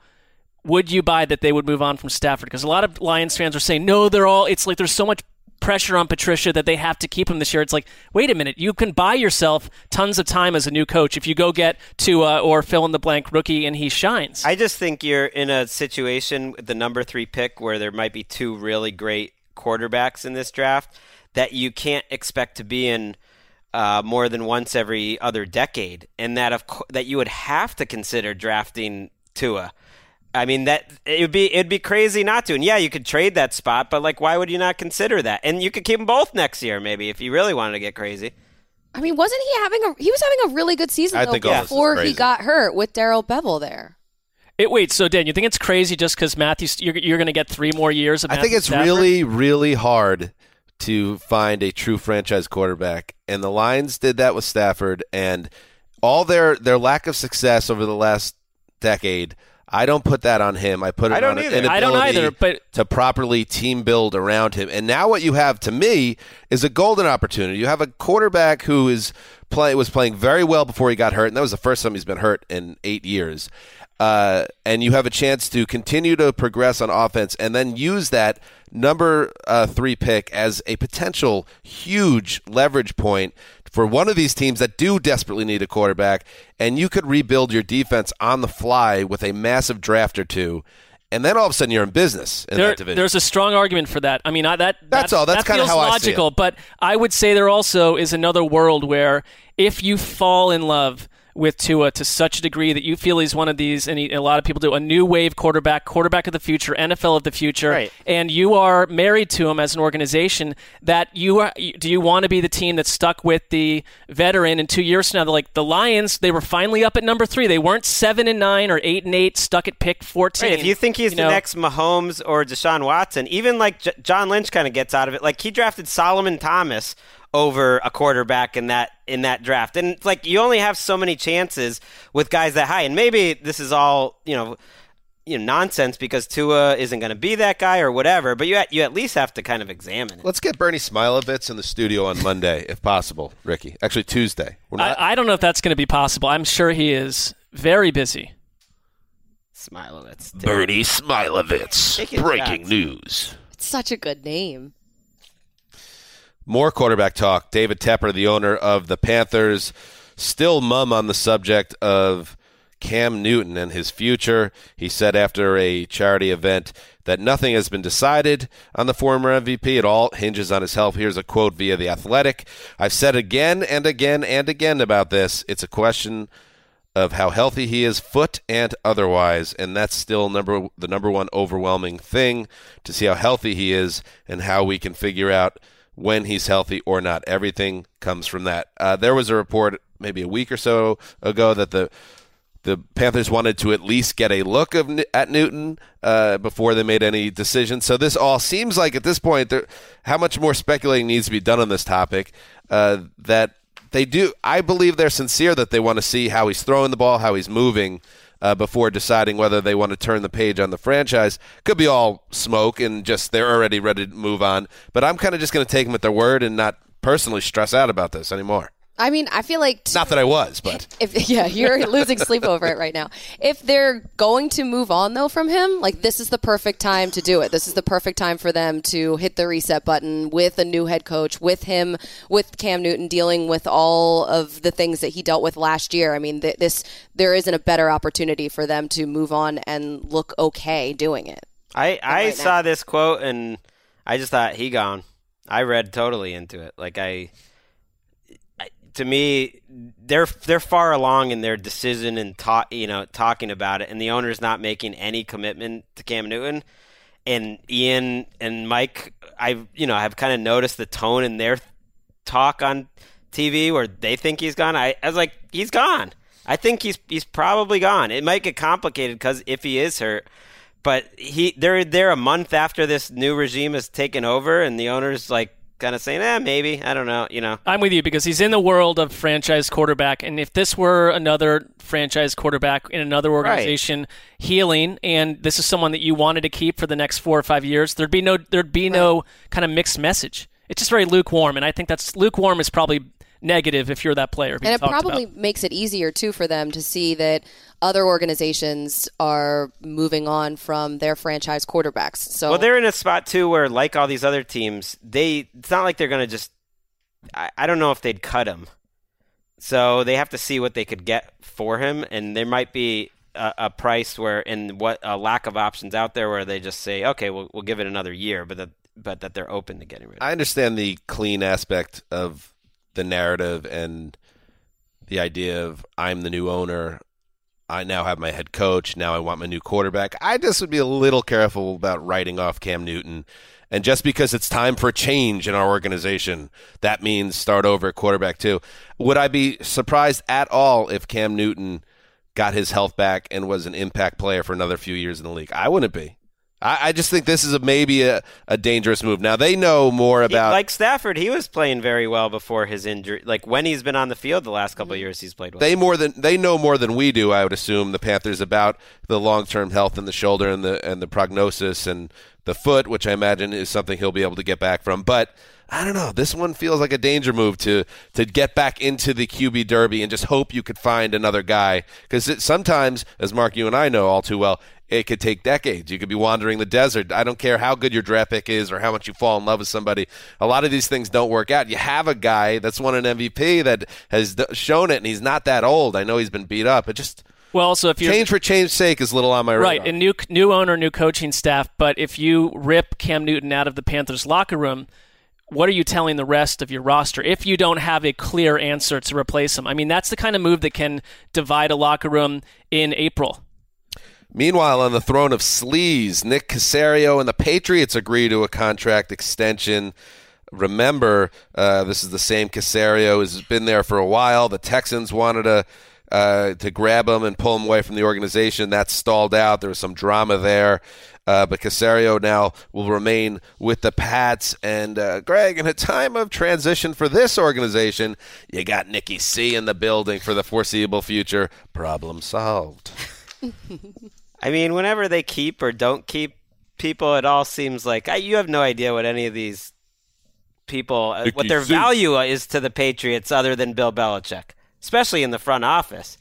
S6: would you buy that they would move on from Stafford? Because a lot of Lions fans are saying, no, they're all, it's like there's so much pressure on Patricia that they have to keep him this year. It's like, wait a minute, you can buy yourself tons of time as a new coach if you go get Tua or fill in the blank rookie and he shines.
S5: I just think you're in a situation with the number three pick where there might be two really great quarterbacks in this draft that you can't expect to be in uh, more than once every other decade, and that of co- that you would have to consider drafting Tua. I mean that it would be it'd be crazy not to. And yeah, you could trade that spot, but like, why would you not consider that? And you could keep them both next year, maybe, if you really wanted to get crazy.
S4: I mean, wasn't he having a he was having a really good season
S3: I
S4: though
S3: think all this is
S4: before he
S3: crazy.
S4: got hurt with Daryl Bevel there.
S6: It, wait, so Dan, you think it's crazy just because Matthew, you're, you're going to get three more years of
S3: I think
S6: Matthew
S3: it's
S6: Stafford?
S3: really, really hard to find a true franchise quarterback, and the Lions did that with Stafford, and all their their lack of success over the last decade. I don't put that on him. I put it
S5: I don't
S3: on an
S5: either.
S3: inability
S6: I don't either, but
S3: to properly team build around him. And now what you have to me is a golden opportunity. You have a quarterback who is play was playing very well before he got hurt, and that was the first time he's been hurt in eight years. Uh, and you have a chance to continue to progress on offense, and then use that number uh, three pick as a potential huge leverage point for one of these teams that do desperately need a quarterback. And you could rebuild your defense on the fly with a massive draft or two, and then all of a sudden you're in business in
S6: There-
S3: that division.
S6: There's a strong argument for that. I mean, I, that
S3: That's all. That's
S6: that
S3: kinda
S6: feels
S3: how I see it.
S6: logical. But I would say there also is another world where if you fall in love with Tua to such a degree that you feel he's one of these, and he, a lot of people do, a new wave quarterback, quarterback of the future, NFL of the future,
S5: Right.
S6: and you are married to him as an organization, that you are, do you want to be the team that's stuck with the veteran in two years from now? Like the Lions, they were finally up at number three. They weren't seven and nine or eight and eight, stuck at pick fourteen.
S5: Right, if you think he's the
S6: know?
S5: next Mahomes or Deshaun Watson, even like J- John Lynch kind of gets out of it. Like he drafted Solomon Thomas over a quarterback in that in that draft, and it's like you only have so many chances with guys that high. And maybe this is all you know, you know, nonsense because Tua isn't going to be that guy or whatever. But you at, you at least have to kind of examine it.
S3: Let's get Bernie Smilovitz in the studio on Monday, if possible, Ricky. Actually, Tuesday. We're not,
S6: I, I don't know if that's going to be possible. I'm sure he is very busy.
S5: Smilovitz.
S10: Bernie Smilovitz.
S5: Take his
S10: Breaking
S5: shots.
S10: news.
S4: It's such a good name.
S3: More quarterback talk. David Tepper, the owner of the Panthers, still mum on the subject of Cam Newton and his future. He said after a charity event that nothing has been decided on the former MVP. It all hinges on his health. Here's a quote via The Athletic I've said again and again and again about this. It's a question of how healthy he is, foot and otherwise, and that's still number the number one overwhelming thing to see how healthy he is and how we can figure out when he's healthy or not. Everything comes from that. Uh, there was a report maybe a week or so ago that the the Panthers wanted to at least get a look of N- at Newton uh, before they made any decision. So this all seems like at this point, there, how much more speculating needs to be done on this topic? Uh, that they do, I believe they're sincere that they want to see how he's throwing the ball, how he's moving. Uh, before deciding whether they want to turn the page on the franchise, could be all smoke and just they're already ready to move on. But I'm kind of just going to take them at their word and not personally stress out about this anymore.
S4: I mean, I feel like
S3: Not that I was, but
S4: if <laughs> yeah, you're losing sleep over it right now. If they're going to move on though from him, like this is the perfect time to do it. This is the perfect time for them to hit the reset button with a new head coach, with him, with Cam Newton dealing with all of the things that he dealt with last year. I mean, th- this there isn't a better opportunity for them to move on and look okay doing it.
S5: I, I
S4: right now.
S5: saw this quote and I just thought he gone. I read totally into it. Like I, I to me, they're they're far along in their decision and ta- you know talking about it, and the owner's not making any commitment to Cam Newton. And Ian and Mike, I've you know have kind of noticed the tone in their talk on TV where they think he's gone. I, I was like, he's gone. I think he's he's probably gone. It might get complicated because if he is hurt, but he they're they're a month after this new regime has taken over, and the owner's like kind of saying, eh, maybe I don't know, you know.
S6: I'm with you because he's in the world of franchise quarterback, and if this were another franchise quarterback in another organization healing, and this is someone that you wanted to keep for the next four or five years, there'd be no there'd be no kind of mixed message. It's just very lukewarm, and I think that's lukewarm is probably negative if you're that player. being
S4: and it
S6: talked
S4: probably
S6: about.
S4: makes it easier too for them to see that other organizations are moving on from their franchise quarterbacks. So
S5: Well, they're in a spot too where, like all these other teams, they it's not like they're gonna just. I, I don't know if they'd cut him, so they have to see what they could get for him, and there might be a, a price where and what a lack of options out there where they just say, okay, we'll we'll give it another year, but that but that they're open to getting rid. of
S3: I understand the clean aspect of the narrative and the idea of I'm the new owner. I now have my head coach. Now I want my new quarterback. I just would be a little careful about writing off Cam Newton. And just because it's time for change in our organization, that means start over at quarterback, too. Would I be surprised at all if Cam Newton got his health back and was an impact player for another few years in the league? I wouldn't be. I, I just think this is a, maybe a, a dangerous move. Now, they know more
S5: He-
S3: about.
S5: like Stafford, he was playing very well before his injury. Like when he's been on the field the last couple of years, he's played well.
S3: They more than they know more than we do, I would assume, the Panthers about the long term health and the shoulder and the and the prognosis and the foot, which I imagine is something he'll be able to get back from. But I don't know. This one feels like a danger move to to get back into the QB derby and just hope you could find another guy because sometimes, as Mark, you and I know all too well, it could take decades. You could be wandering the desert. I don't care how good your draft pick is or how much you fall in love with somebody. A lot of these things don't work out. You have a guy that's won an MVP that has d- shown it, and he's not that old. I know he's been beat up, but just
S6: well, also if you're
S3: change for change's sake is little on my radar.
S6: Right, and new new owner, new coaching staff. But if you rip Cam Newton out of the Panthers locker room, what are you telling the rest of your roster if you don't have a clear answer to replace him? I mean, that's the kind of move that can divide a locker room in April.
S3: Meanwhile, on the throne of sleaze, Nick Casario and the Patriots agree to a contract extension. Remember, uh, this is the same Casario who's been there for a while. The Texans wanted to uh, to grab him and pull him away from the organization. That stalled out. There was some drama there. Uh, but Casario now will remain with the Pats. And uh, Greg, in a time of transition for this organization, you got Nicky C in the building for the foreseeable future. Problem solved.
S5: I mean, whenever they keep or don't keep people, it all seems like I, you have no idea what any of these people, uh, what
S11: Nicky
S5: their
S11: Sue.
S5: value is to the Patriots, other than Bill Belichick, especially in the front office.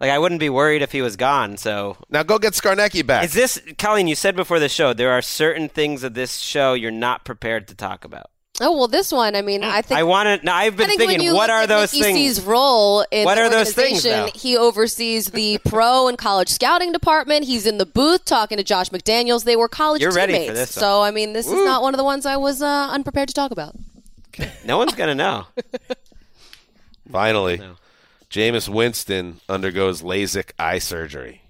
S5: Like I wouldn't be worried if he was gone. So
S3: now go get Skarnecki back.
S5: Is this Colleen? You said before the show there are certain things of this show you're not prepared to talk about.
S4: Oh well, this one. I mean, I think
S5: Hmm. I want to. Now I've been
S4: I think when
S5: thinking,
S4: you
S5: what
S4: look
S5: are
S4: at
S5: those
S4: Mickey
S5: things?
S4: C's role in
S5: What
S4: the
S5: are those things,
S4: organization,
S5: though?
S4: He oversees
S5: <laughs>
S4: the pro and college scouting department. He's in the booth talking to Josh McDaniels. They were college
S5: You're
S4: teammates.
S5: ready for this one.
S4: so I mean, this
S5: Woo.
S4: is not one of the ones I was uh, unprepared to talk about.
S5: No one's gonna know.
S3: Finally, Jameis Winston undergoes LASIK eye surgery.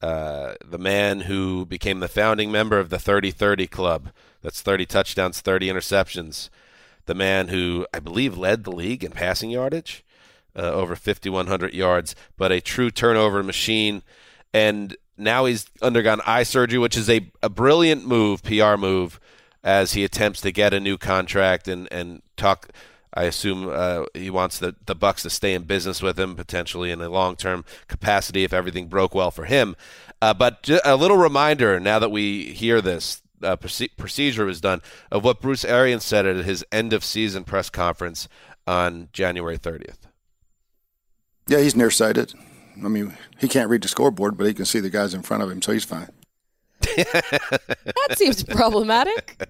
S3: Uh, the man who became the founding member of the 30 30 Club. That's 30 touchdowns, 30 interceptions. The man who I believe led the league in passing yardage, uh, over 5,100 yards, but a true turnover machine. And now he's undergone eye surgery, which is a, a brilliant move, PR move, as he attempts to get a new contract and, and talk. I assume uh, he wants the, the Bucks to stay in business with him potentially in a long term capacity if everything broke well for him. Uh, but ju- a little reminder now that we hear this uh, proce- procedure was done of what Bruce Arians said at his end of season press conference on January 30th.
S11: Yeah, he's nearsighted. I mean, he can't read the scoreboard, but he can see the guys in front of him, so he's fine.
S5: <laughs>
S4: That seems problematic.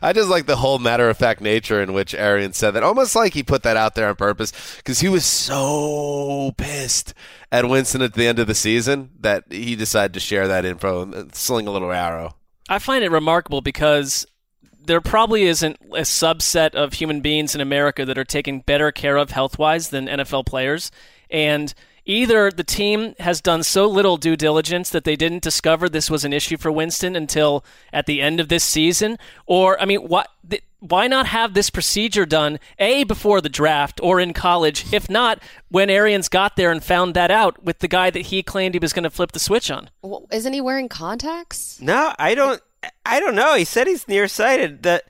S3: I just like the whole matter of fact nature in which Arian said that, almost like he put that out there on purpose because he was so pissed at Winston at the end of the season that he decided to share that info and uh, sling a little arrow.
S6: I find it remarkable because there probably isn't a subset of human beings in America that are taken better care of health wise than NFL players. And either the team has done so little due diligence that they didn't discover this was an issue for Winston until at the end of this season, or, I mean, what. Th- why not have this procedure done a before the draft or in college if not when arians got there and found that out with the guy that he claimed he was going to flip the switch on
S4: Well, isn't he wearing contacts?
S5: No, I don't. I don't know. He said he's nearsighted. That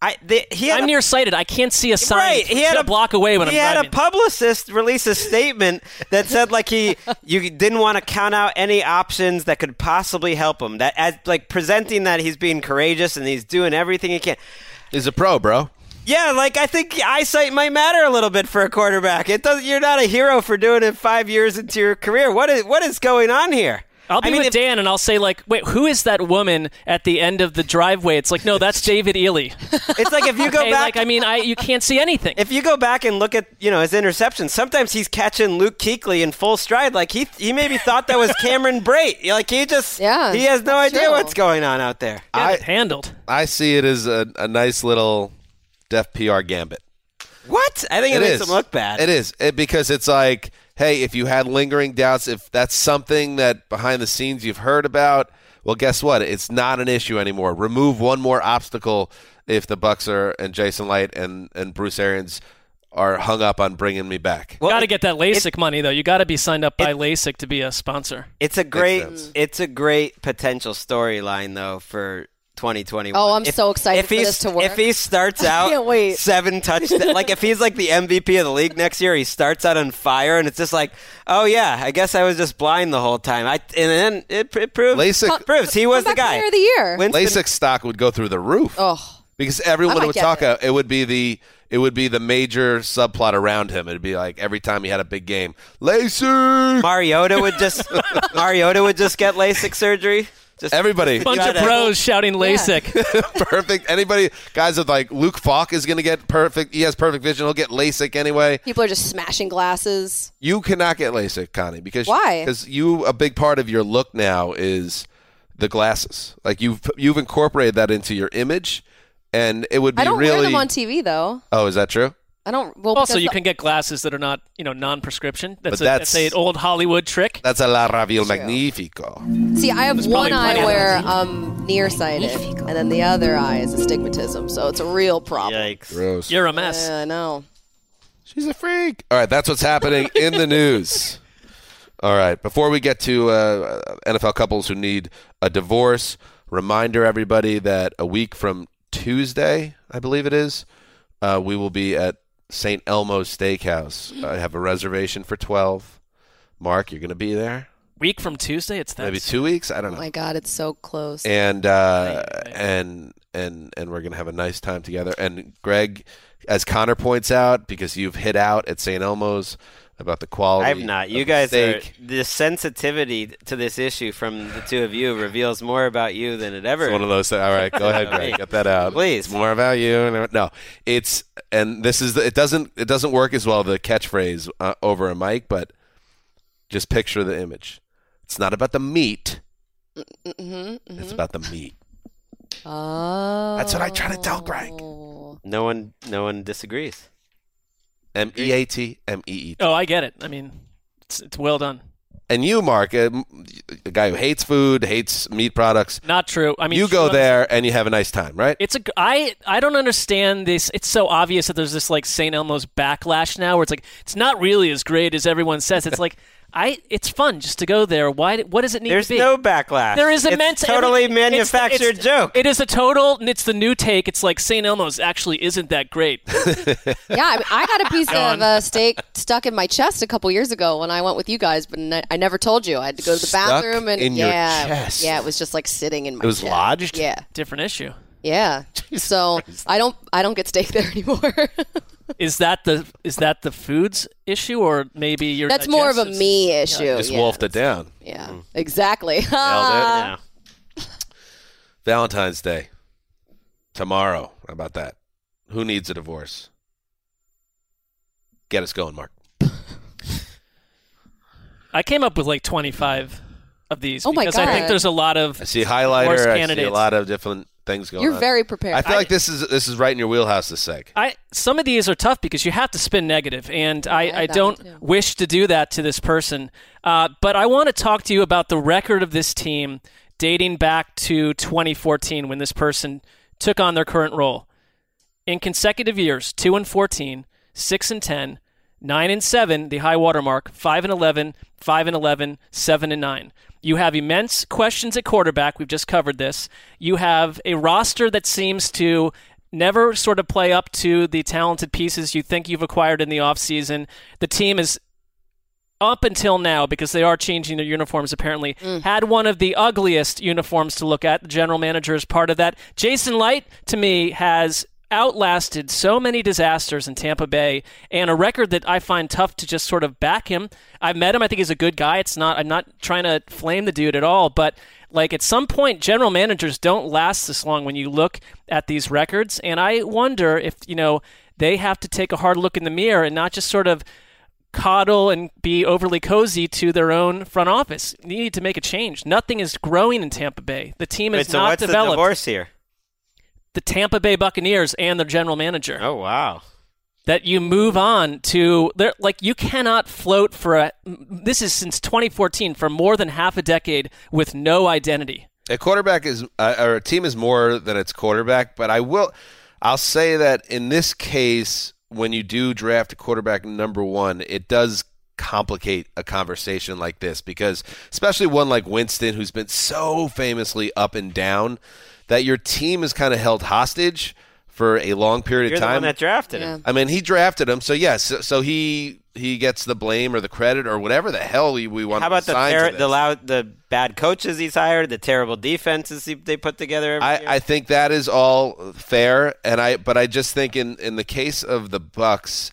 S5: I. They, he had
S6: I'm
S5: a-
S6: nearsighted. I can't see a sign.
S5: Right, he had
S6: a block away when
S5: he
S6: I'm
S5: had
S6: driving.
S5: a publicist release a statement that said like he you didn't want to count out any options that could possibly help him. That as like presenting that he's being courageous and he's doing everything he can.
S3: He's a pro, bro.
S5: Yeah, like I think eyesight might matter a little bit for a quarterback. It doesn't. You're not a hero for doing it five years into your career. What is what is going on here?
S6: I'll be
S5: I mean,
S6: with
S5: if-
S6: Dan and I'll say like, "Wait, who is that woman at the end of the driveway?" It's like, "No,
S5: <laughs>
S6: that's David Ely."
S5: It's like
S6: <laughs>
S5: if you go
S6: Okay,
S5: back,
S6: like, I mean, I you can't see anything.
S5: If you go back and look at you know his interceptions, sometimes he's catching Luke Kuechly in full stride. Like he he maybe thought
S4: <laughs>
S5: that was Cameron Brate. Like he just
S4: Yeah,
S5: he has no
S4: that's
S5: idea
S4: true.
S5: what's going on out there.
S3: I
S6: handled.
S3: I see it as a, a nice little deaf PR gambit.
S5: What? I think it, makes him look bad.
S3: It is it, because it's like, hey, if you had lingering doubts, if that's something that behind the scenes you've heard about, well, guess what? It's not an issue anymore. Remove one more obstacle if the Bucks are and Jason Light and and Bruce Arians are hung up on bringing me back.
S6: got to get that LASIK money though. You got to be signed up by LASIK to be a sponsor.
S5: It's a
S4: Mm.
S5: great it's a great potential storyline though for 2021.
S4: Oh, I'm so excited
S5: if he
S4: for this to work.
S5: If he starts
S4: <laughs> I
S5: out
S4: can't wait.
S5: seven touchdowns, like if he's like the MVP of the league next year, he starts out on fire, and it's just like, oh yeah, I guess I was just blind the whole time. I and then it, it proves
S3: LASIK-
S5: proves he was the
S4: Comeback
S5: guy.
S4: player of the year.
S5: Winston-
S3: LASIK stock would go through the roof
S4: Oh,
S3: because
S4: I
S3: everyone
S4: might
S3: would
S4: get
S3: talk.
S4: it.
S3: It. it would be the it would be the major subplot around him. It'd be like every time he had a big game, LASIK.
S5: Mariota would
S3: <laughs>
S5: just Mariota would just get LASIK surgery. Just
S3: Everybody,
S6: bunch of pros shouting
S5: <laughs>
S3: <laughs>
S6: LASIK. <laughs>
S3: perfect. Anybody, guys with like Luke Falk is going to get perfect. He has perfect vision. He'll get LASIK anyway.
S4: people are just smashing glasses.
S3: You cannot get LASIK, Connie, because
S4: Why?
S3: Because you a big part of your look now is the glasses. Like you've you've incorporated that into your image, and it would be
S4: I don't wear
S3: really.
S4: them on TV though.
S3: oh, is that true?
S4: I don't. Well,
S6: Also,
S4: because
S6: you
S4: the-
S6: can get glasses that are not, you know, non-prescription. That's
S3: But
S6: a, that's,
S3: that's-
S6: a old Hollywood trick.
S3: That's a la ravil magnifico.
S4: See, I have
S6: There's
S4: one
S6: probably
S4: eye
S6: plenty of
S4: where I'm nearsighted, and then the other eye is astigmatism, so it's a real problem.
S5: Yikes!
S3: Gross.
S6: You're a mess.
S4: Yeah, I know.
S3: She's a freak. All right, that's what's happening in the news. All right, before we get to uh, NFL couples who need a divorce, reminder everybody that a week from Tuesday, I believe it is, uh, we will be at St. Elmo's Steakhouse. I have a reservation for 12. Mark, you're going to be there?
S6: Week from Tuesday, it's that.
S3: Maybe two weeks? I don't
S4: Oh
S3: know
S4: my God, it's so close.
S3: and uh, and and and we're gonna have a nice time together. And Greg, as Connor points out, because you've hit out at St. Elmo's, about the quality.
S5: I've not.
S3: of
S5: You
S3: the
S5: guys are
S3: steak.
S5: the sensitivity to this issue from the two of you reveals more about you than it ever.
S3: It's one of those. All right,
S5: <laughs>
S3: go ahead,
S5: about me.
S3: Greg, get that out. Please, it's more about you. and- No, it's and this is the, it doesn't it doesn't work as well the catchphrase uh, over a mic, but just picture the image. It's not about the meat.
S4: Mm-hmm,
S3: It's about the meat.
S4: Oh.
S3: That's what I try to tell Greg.
S5: No one, no one disagrees.
S3: M E A T M E E T.
S6: Oh, I get it. I mean, it's, it's well done.
S3: And you, Mark, a, a guy who hates food, hates meat products.
S6: Not true. I mean,
S3: you
S6: she
S3: go
S6: loves-
S3: there and you have a nice time, right?
S6: It's a g- I I don't understand this. It's so obvious that there's this like St. Elmo's backlash now, where it's like it's not really as great as everyone says. It's like <laughs> I it's fun just to go there. Why? d- What does it need
S5: There's
S6: to be?
S5: no backlash.
S6: There is a
S5: It's
S6: meant
S5: totally manufactured joke.
S6: It is a total. It's the new take. It's like St. Elmo's actually isn't
S5: <laughs>
S6: that great.
S4: Yeah, I, mean, I got
S6: <laughs>
S4: a piece of
S6: Gone.
S4: uh, steak stuck in my chest a couple years ago when I went with you guys, but n- I never told you. I had to go to the
S3: Stuck
S4: bathroom and
S3: in your
S4: yeah,
S3: chest.
S4: yeah, it was just like sitting in my.
S3: It was
S4: chest.
S3: lodged?
S4: Yeah,
S6: Different issue.
S3: <laughs>
S4: yeah. So I don't, I don't get steak <laughs> there anymore.
S6: Is that the is that the foods issue or maybe your
S4: That's more of a
S6: digestives?
S4: me issue. Yeah,
S3: just wolfed it down.
S4: yeah. exactly. <laughs>
S3: Nailed it. Valentine's Day. Tomorrow. How about that? Who needs a divorce? Get us going, Mark.
S6: I came up with like 25 of these
S4: Oh my
S6: because I think
S4: God.
S6: there's a lot of
S3: I see
S6: worse
S3: highlighter. I see
S6: candidates.
S3: a lot of different things going
S4: You're
S3: on.
S4: very prepared.
S3: I feel like this is this is right in your wheelhouse. This seg.
S6: I some of these are tough because you have to spin negative, and I, I,
S4: that
S6: don't
S4: one too.
S6: wish to do that to this person. Uh, but I want to talk to you about the record of this team dating back to 2014 when this person took on their current role. In consecutive years, 2 and 14, 6 and 10, 9 and 7, the high water mark, 5 and 11, 5 and 11, 7 and 9. You have immense questions at quarterback. We've just covered this. You have a roster that seems to never sort of play up to the talented pieces you think you've acquired in the offseason. The team is up until now because they are changing their uniforms apparently had one of the ugliest uniforms to look at the general manager is part of that jason light to me has outlasted so many disasters in tampa bay and a record that i find tough to just sort of back him i've met him i think he's a good guy it's not i'm not trying to flame the dude at all but like at some point general managers don't last this long when you look at these records and i wonder if you know they have to take a hard look in the mirror and not just sort of coddle and be overly cozy to their own front office. You need to make a change. Nothing is growing in Tampa Bay. The team is
S5: Wait, so
S6: not
S5: what's the
S6: developed.
S5: divorce here?
S6: The Tampa Bay Buccaneers and their general manager.
S5: Oh wow.
S6: That you move on to they're- like you cannot float for a this is since 2014 for more than half a decade with no identity.
S3: A quarterback is, uh, or a team is more than its quarterback. But I will, I'll say that in this case, when you do draft a quarterback number one, it does complicate a conversation like this because, especially one like Winston, who's been so famously up and down, that your team is kind of held hostage for a long period
S5: You're
S3: of
S5: the
S3: time.
S5: one that drafted him.
S3: I mean, he drafted him, so yes, so, so he he gets the blame or the credit or whatever the hell we, we want.
S5: How about the
S3: to assign to
S5: ter-
S3: this.
S5: the loud, the bad coaches he's hired, the terrible defenses he, they put together? Every year?
S3: I, I think that is all fair, and I but I just think in in the case of the Bucks,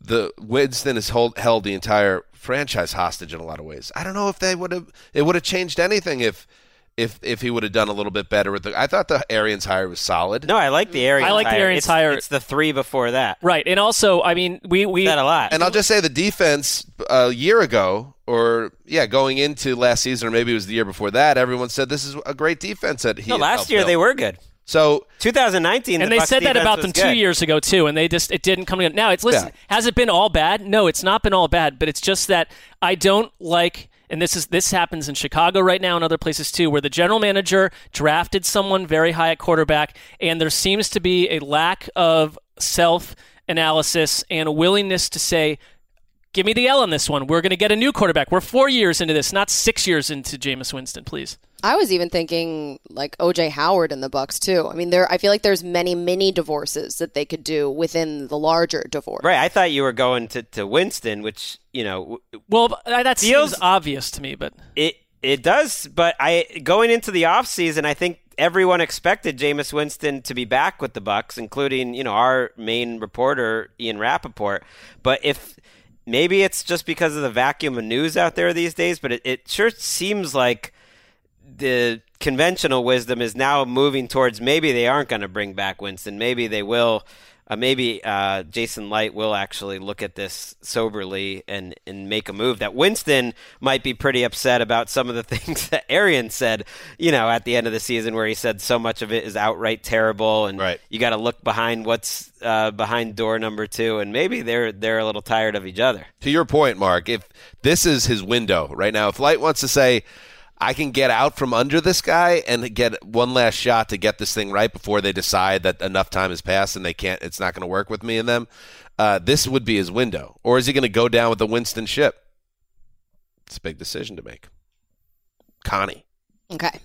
S3: the Winston has hold, held the entire franchise hostage in a lot of ways. I don't know if they would have it would have changed anything if if if he would have done a little bit better with the. I thought the Arians hire was solid.
S5: no, I like the Arians.
S6: I like the
S5: hire.
S6: Arians
S5: it's,
S6: hire.
S5: It's the three before that.
S6: Right. And also, I mean, we we
S5: That a lot.
S3: And I'll just say the defense uh, a year ago, or yeah, going into last season, or maybe it was the year before that, everyone said this is a great defense that he.
S5: no,
S3: had
S5: last
S3: helped
S5: year
S3: build.
S5: they were good.
S3: So
S5: 2019,
S6: and
S5: the
S6: they
S5: Bucs
S6: said that
S5: defense
S6: about
S5: was
S6: them two
S5: good.
S6: years ago too, and they just it didn't come together. Now it's listen, has it been all bad? No, it's not been all bad, but it's just that I don't like. And this is this happens in Chicago right now and other places too, where the general manager drafted someone very high at quarterback, and there seems to be a lack of self analysis and a willingness to say, "Give me the L on this one. We're going to get a new quarterback. We're four years into this, not six years into Jameis Winston, please."
S4: I was even thinking like OJ Howard and the Bucks too. I mean, there I feel like there's many mini divorces that they could do within the larger divorce.
S5: Right. I thought you were going to, to Winston, which you know w-
S6: Well, but, uh, that
S5: Feels-
S6: seems obvious to me, but
S5: it it does. But I going into the offseason, I think everyone expected Jameis Winston to be back with the Bucks, including you know our main reporter Ian Rappaport. But if maybe it's just because of the vacuum of news out there these days, but it, it sure seems like the conventional wisdom is now moving towards maybe they aren't going to bring back Winston. Maybe they will. Uh, maybe uh, Jason Light will actually look at this soberly and, and make a move. That Winston might be pretty upset about some of the <laughs> things that Arian said, you know, at the end of the season, where he said so much of it is outright terrible, and you got to look behind what's uh, behind door number two. And maybe they're they're a little tired of each other.
S3: To your point, Mark, if this is his window right now, if Light wants to say, I can get out from under this guy and get one last shot to get this thing right before they decide that enough time has passed and they can't, it's not going to work with me and them, uh, this would be his window. Or is he going to go down with the Winston ship? It's a big decision to make. Connie.
S4: Okay.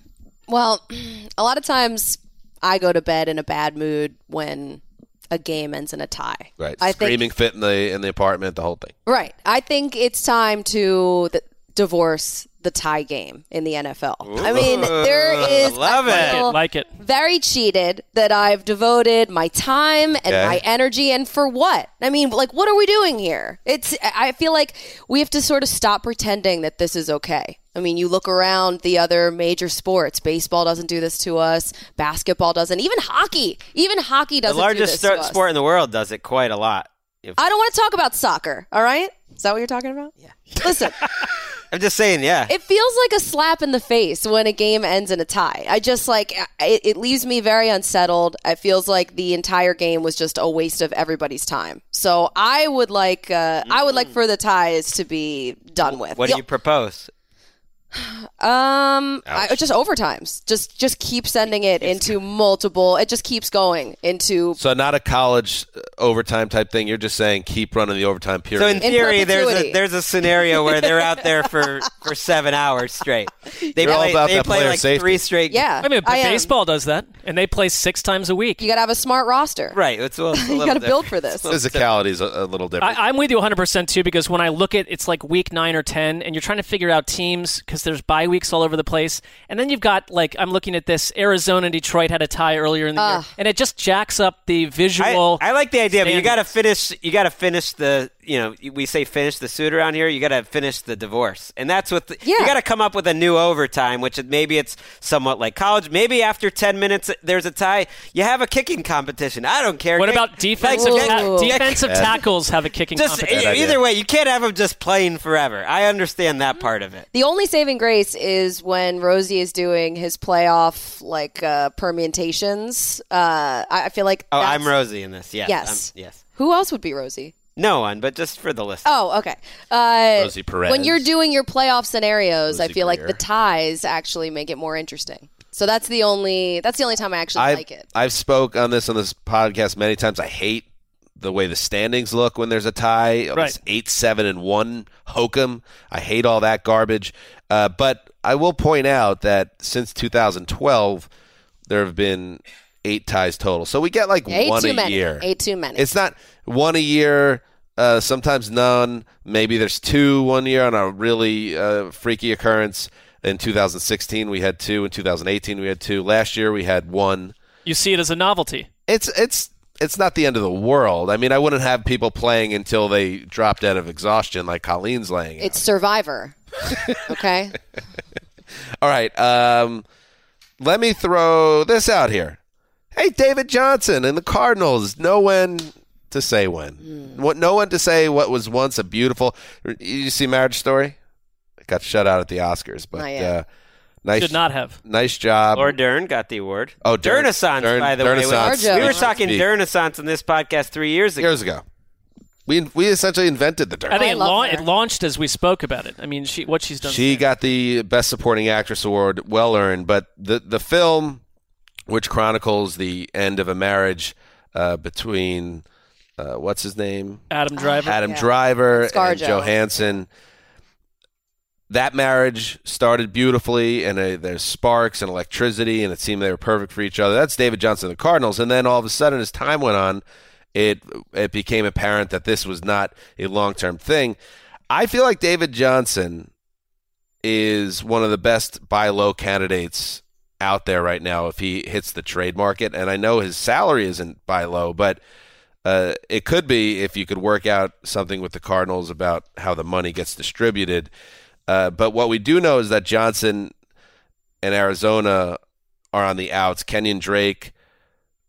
S4: Well, <clears throat> a lot of times I go to bed in a bad mood when a game ends in a tie.
S3: Right.
S4: I think-
S3: Screaming fit in the in the apartment, the whole thing.
S4: Right. I think it's time to th- divorce the tie game in the NFL. I mean, there is I
S5: Love it.
S4: feel
S6: Like it.
S4: very cheated that I've devoted my time and
S6: Okay.
S4: my energy and for what? I mean, like what are we doing here? It's I I feel like we have to sort of stop pretending that this is okay. I mean, you look around the other major sports. Baseball doesn't do this to us. Basketball doesn't. Even hockey. Even hockey
S5: The
S4: doesn't do
S5: largest
S4: this
S5: sto-
S4: to us.
S5: sport in the world does it quite a lot. If-
S4: I don't want to talk about soccer, all right? Is that what you're talking about? Yeah. Listen,
S5: I'm just saying, yeah.
S4: It feels like a slap in the face when a game ends in a tie. I just like it, it leaves me very unsettled. It feels like the entire game was just a waste of everybody's time. So I would like uh, I would like for the ties to be done with.
S5: Mm. what do you propose?
S4: Um, I, just overtimes. Just just keep sending it into multiple. It just keeps going into
S3: So not a college uh, overtime type thing. You're just saying keep running the overtime period.
S5: So in theory, there's a
S4: perpetuity.
S5: there's a scenario where they're out there for, for seven hours straight. They
S3: You're all
S5: play,
S3: about
S5: they
S3: that
S5: play
S3: player
S5: like
S3: safety.
S5: three straight.
S4: Yeah,
S6: I mean,
S4: I am.
S6: baseball does that, and they play six times a week.
S4: you got to have a smart roster. <laughs>
S5: Right. It's, well, it's a
S4: You
S5: little
S4: gotta build
S5: different. <laughs>
S4: for this.
S5: It's a little
S3: Physicality is a, a little different.
S6: I, I'm with you 100% too because when I look at it's like week nine or 10, and you're trying to figure out teams because there's bye weeks all over the place. And then you've got like, I'm looking at this Arizona and Detroit had a tie earlier in the
S4: Ah.
S6: year, and it just jacks up the visual.
S5: I like the idea, but you
S6: standards.
S5: got to finish. You got to finish the. You know, we say finish the suit around here. You got to finish the divorce, and that's what. The, You got to come up with a new overtime, which it- maybe it's somewhat like college. Maybe after ten minutes, there's a tie. You have a kicking competition. I don't care.
S6: What
S5: Nick-
S6: about defensive
S5: Nick-
S6: ta-
S5: Nick-
S6: defensive tackles have a kicking
S5: Just e-
S6: competition?
S5: either way, you can't have them just playing forever. I understand that part of it.
S4: The only saving grace is when Rosie is doing his playoff like uh, permutations. Uh, I I feel like
S5: Oh,
S4: that's-
S5: I'm Rosie in this. Yes.
S4: Yes.
S5: I'm- yes.
S4: Who else would be Rosie?
S5: No one, but just for the list.
S4: Oh, okay. Uh,
S5: Rosie Perez.
S4: When you're doing your playoff scenarios, I
S5: Rosie
S4: feel
S5: Greer.
S4: like the ties actually make it more interesting. So that's the only that's the only time I actually
S3: I've,
S4: like it.
S3: I've spoke on this on this podcast many times. I hate the way the standings look when there's a tie.
S4: Right.
S3: It's eight, seven, and one hokum. I hate all that garbage. Uh, but I will point out that since 2012, there have been eight ties total. So we get like
S4: Eight
S3: one
S4: too
S3: a
S4: many.
S3: year.
S4: Eight too many.
S3: It's not one a year. Uh, sometimes none. Maybe there's two one year on a really uh, freaky occurrence. In 2016, we had two. In 2018, we had two. Last year, we had one.
S6: You see it as a novelty.
S3: It's it's it's not the end of the world. I mean, I wouldn't have people playing until they dropped out of exhaustion, like Colleen's laying.
S4: It's
S5: <laughs>
S4: Survivor. okay.
S3: All right. Um, let me throw this out here. Hey, David Johnson and the Cardinals know when to say
S5: Hmm.
S3: when. What know when to say what was once a beautiful. You see Marriage Story? It got shut out at the Oscars, but
S5: Not yet.
S3: uh, nice.
S5: Should not have.
S3: Nice job.
S5: Laura Dern got the award.
S3: Oh, Dern-
S5: Dernaissance,
S3: Dern-
S5: by the
S3: Dernaissance.
S5: way.
S3: Our
S5: We were
S3: joke.
S5: talking
S3: Speak.
S5: Dernaissance in this podcast three years ago.
S3: Years ago. We we essentially invented the Dern.
S6: I think it, lau- it launched as we spoke about it. I mean, she what she's done.
S3: She got the Best Supporting Actress award, well earned. But the the film, which chronicles the end of a marriage uh, between uh, what's his name,
S6: Adam Driver.
S3: Adam
S6: Yeah.
S3: Driver and
S6: ScarJo.
S3: Johansson. That marriage started beautifully, and uh, there's sparks and electricity, and it seemed they were perfect for each other. That's David Johnson, and the Cardinals, and then all of a sudden, as time went on, it it became apparent that this was not a long term thing. I feel like David Johnson is one of the best buy low candidates out there right now if he hits the trade market. And I know his salary isn't buy low, but Uh, it could be if you could work out something with the Cardinals about how the money gets distributed. Uh, but what we do know is that Johnson and Arizona are on the outs. Kenyon Drake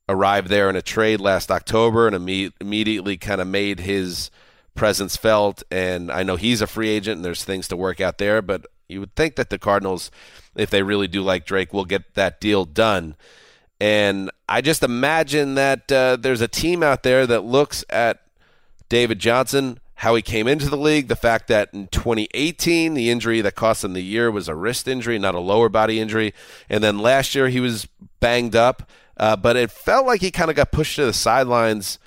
S3: arrived there in a trade last October and imme- immediately kind of made his presence felt. And I know he's a free agent and there's things to work out there, but you would think that the Cardinals, if they really do like Drake, will get that deal done. And I just imagine that uh, there's a team out there that looks at David Johnson, how he came into the league, the fact that in 2018, the injury that cost him the year was a wrist injury, not a lower body injury. And then last year, he was banged up, uh, but it felt like he kind of got pushed to the sidelines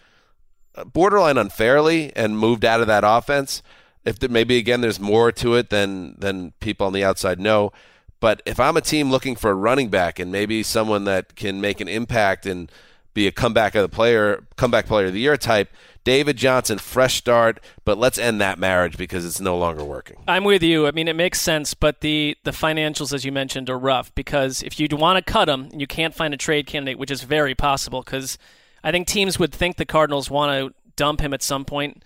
S3: uh, borderline unfairly and moved out of that offense. If there, maybe again, there's more to it than than people on the outside know. But if I'm a team looking for a running back and maybe someone that can make an impact and be a comeback of the player, comeback player of the year type, David Johnson, fresh start. But let's end that marriage because it's no longer working.
S6: I'm with you. I mean, it makes sense, but the the financials, as you mentioned, are rough because if you want to cut him, you can't find a trade candidate, which is very possible. Because I think teams would think the Cardinals want to dump him at some point.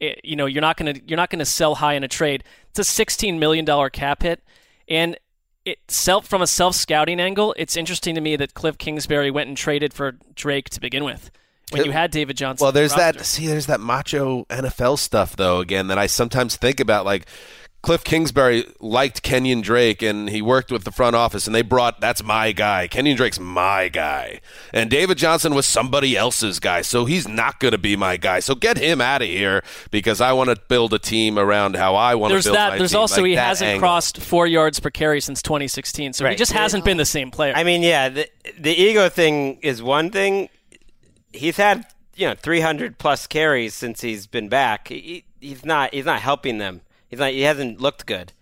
S6: It- you know, you're not gonna you're not gonna sell high in a trade. It's a 16 million dollar cap hit, and it self from a self scouting angle, it's interesting to me that Cliff Kingsbury went and traded for Drake to begin with. When you had David Johnson,
S3: Well, there's
S6: on the roster.
S3: that. See, there's that macho NFL stuff though. Again, that I sometimes think about. Like Cliff Kingsbury liked Kenyon Drake, and he worked with the front office, and they brought that's my guy. Kenyon Drake's my guy, and David Johnson was somebody else's guy, so he's not going to be my guy. So get him out of here because I want to build a team around how I want to
S6: There's
S3: build
S6: that.
S3: my
S6: There's
S3: team,
S6: also
S3: like
S6: he
S3: that
S6: hasn't
S3: angle.
S6: crossed four yards per carry since 2016, so he
S5: Right.
S6: just hasn't been the same player.
S5: I mean, yeah, the, the ego thing is one thing. He's had you know 300 plus carries since he's been back. He, he's not he's not helping them. He's not he hasn't looked good.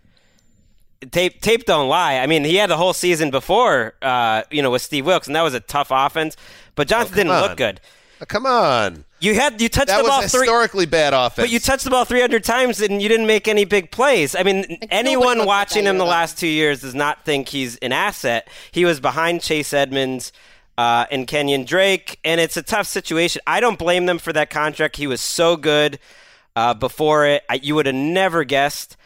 S5: Tape tape don't lie. I mean, he had the whole season before, uh, you know, with Steve Wilkes, and that was a tough offense. But Johnson didn't
S3: on.
S5: look good.
S3: Oh, come on,
S5: You had you touched
S3: that
S5: the ball
S3: was
S5: three.
S3: historically bad offense.
S5: But you touched the ball 300 times and you didn't make any big plays. I mean, anyone watching him the last two years does not think he's an asset. He was behind Chase Edmonds uh, and Kenyon Drake, and it's a tough situation. I don't blame them for that contract. He was so good uh, before it. I, you would have never guessed.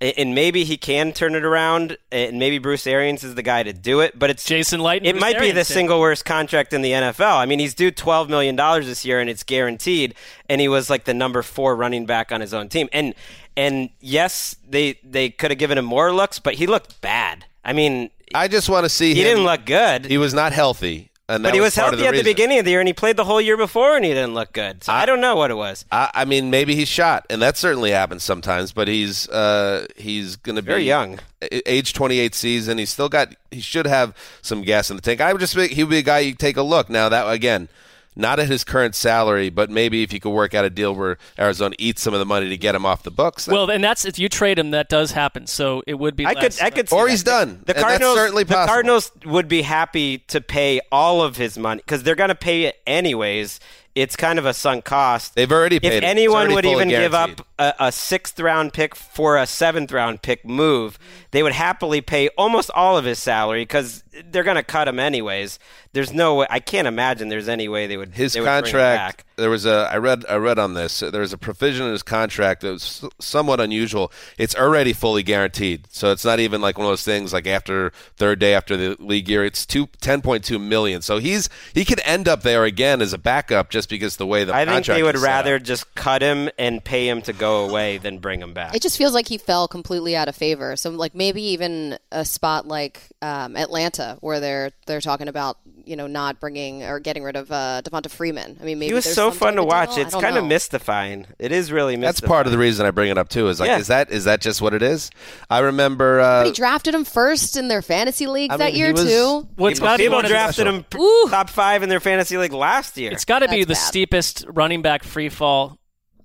S5: A- And maybe he can turn it around, and maybe Bruce Arians is the guy to do it. But it's
S6: Jason Light. and
S5: It
S6: Bruce
S5: might be the
S6: Arians did.
S5: single worst contract in the NFL. I mean, he's due twelve million dollars this year, and it's guaranteed. And he was like the number four running back on his own team. And and yes, they they could have given him more looks, but he looked bad. I mean,
S3: I just want to see.
S5: He
S3: him.
S5: didn't look good.
S3: He was not healthy, and that
S5: but he was
S3: part of
S5: healthy at the
S3: reason.
S5: beginning of the year, and he played the whole year before, and he didn't look good. So I, don't know what it was.
S3: I, I mean, maybe he's shot, and that certainly happens sometimes. But he's uh, he's going to be
S5: Very young.
S3: a- age twenty eight season. He's still got. He should have some gas in the tank. I would just be, he would be a guy you take a look now. That again, not at his current salary, but maybe if you could work out a deal where Arizona eats some of the money to get him off the books. that-
S6: Well, and that's if you trade him, that does happen. So it would be.
S5: I could,
S6: less.
S5: I could. see
S3: or
S5: that.
S3: he's done.
S5: The
S3: And that's
S5: Cardinals,
S3: certainly
S5: the
S3: possible.
S5: Cardinals would be happy to pay all of his money because they're going to pay it anyways. It's kind of a sunk cost.
S3: They've already paid.
S5: if
S3: it. It's
S5: anyone
S3: already
S5: would
S3: fully
S5: even give
S3: guaranteed.
S5: up a, a sixth round pick for a seventh round pick move, they would happily pay almost all of his salary because they're going to cut him anyways. There's no way. I can't imagine there's any way they would.
S3: his
S5: they would bring him
S3: contract
S5: back.
S3: there was a i read i read on this there was a provision in his contract that was s- somewhat unusual it's already fully guaranteed so it's not even like one of those things like after third day after the league year it's two, 10.2 million so he's he could end up there again as a backup just because the way the
S5: I think
S3: contract
S5: they would
S3: is set up.
S5: rather just cut him and pay him to go away than bring him back.
S4: It just feels like he fell completely out of favor. So like maybe even a spot like um, Atlanta, where they're they're talking about you know not bringing or getting rid of uh, Devonta Freeman. I mean, maybe
S5: he was
S4: there's
S5: so
S4: some
S5: fun
S4: type
S5: to
S4: of
S5: watch.
S4: deal. I
S5: It's
S4: don't
S5: kind of
S4: know.
S5: mystifying. It is really mystifying.
S3: that's part of the reason I bring it up too. Is like,
S5: Yeah.
S3: is that is that just what it is? I remember. Uh,
S4: But he drafted him first in their fantasy leagues
S3: I mean,
S4: that
S3: he
S4: year
S3: was-
S4: too.
S6: What's
S5: people,
S6: got to be
S5: people
S6: one of the-
S5: drafted him p- top five in their fantasy league last year.
S6: It's got to be the
S4: That's bad.
S6: steepest running back free fall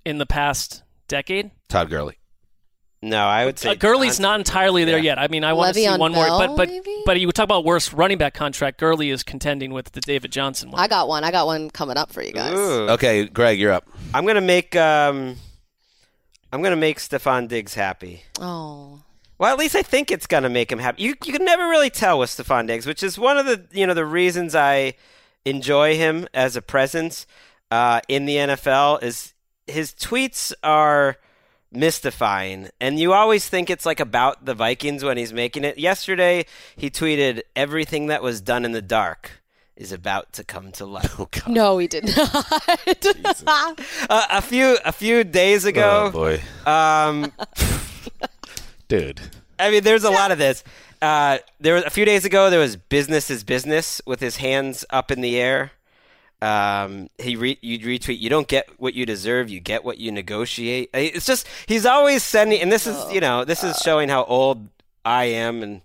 S6: in the past decade.
S3: Todd Gurley.
S5: no, I would say
S6: Uh, Gurley's
S5: Johnson.
S6: not entirely there yet. I mean, I want to see
S4: Le'Veon
S6: one
S4: Bell,
S6: more, but but
S4: maybe?
S6: but you talk about worst running back contract. Gurley is contending with the David Johnson one.
S4: I got one. I got one coming up for you guys.
S5: Ooh.
S3: Okay, Greg, you're up.
S5: I'm gonna make um, I'm gonna make Stefan Diggs happy.
S4: Oh,
S5: Well, at least I think it's gonna make him happy. You you can never really tell with Stefan Diggs, which is one of the you know the reasons I enjoy him as a presence. uh, in the NFL is his tweets are mystifying and you always think it's like about the Vikings when he's making it. Yesterday he tweeted everything that was done in the dark is about to come to
S4: <laughs>
S5: light.
S4: Oh, No, he did <laughs> not.
S5: uh, a few a few days ago.
S4: Oh, boy.
S5: Um,
S10: Dude.
S5: I mean, there's a lot of this. Uh, there was a few days ago. There was business is business with his hands up in the air. Um, he re- you retweet. You don't get what you deserve. You get what you negotiate. I- It's just he's always sending. And this
S4: Oh,
S5: is you know this is showing how old I am. And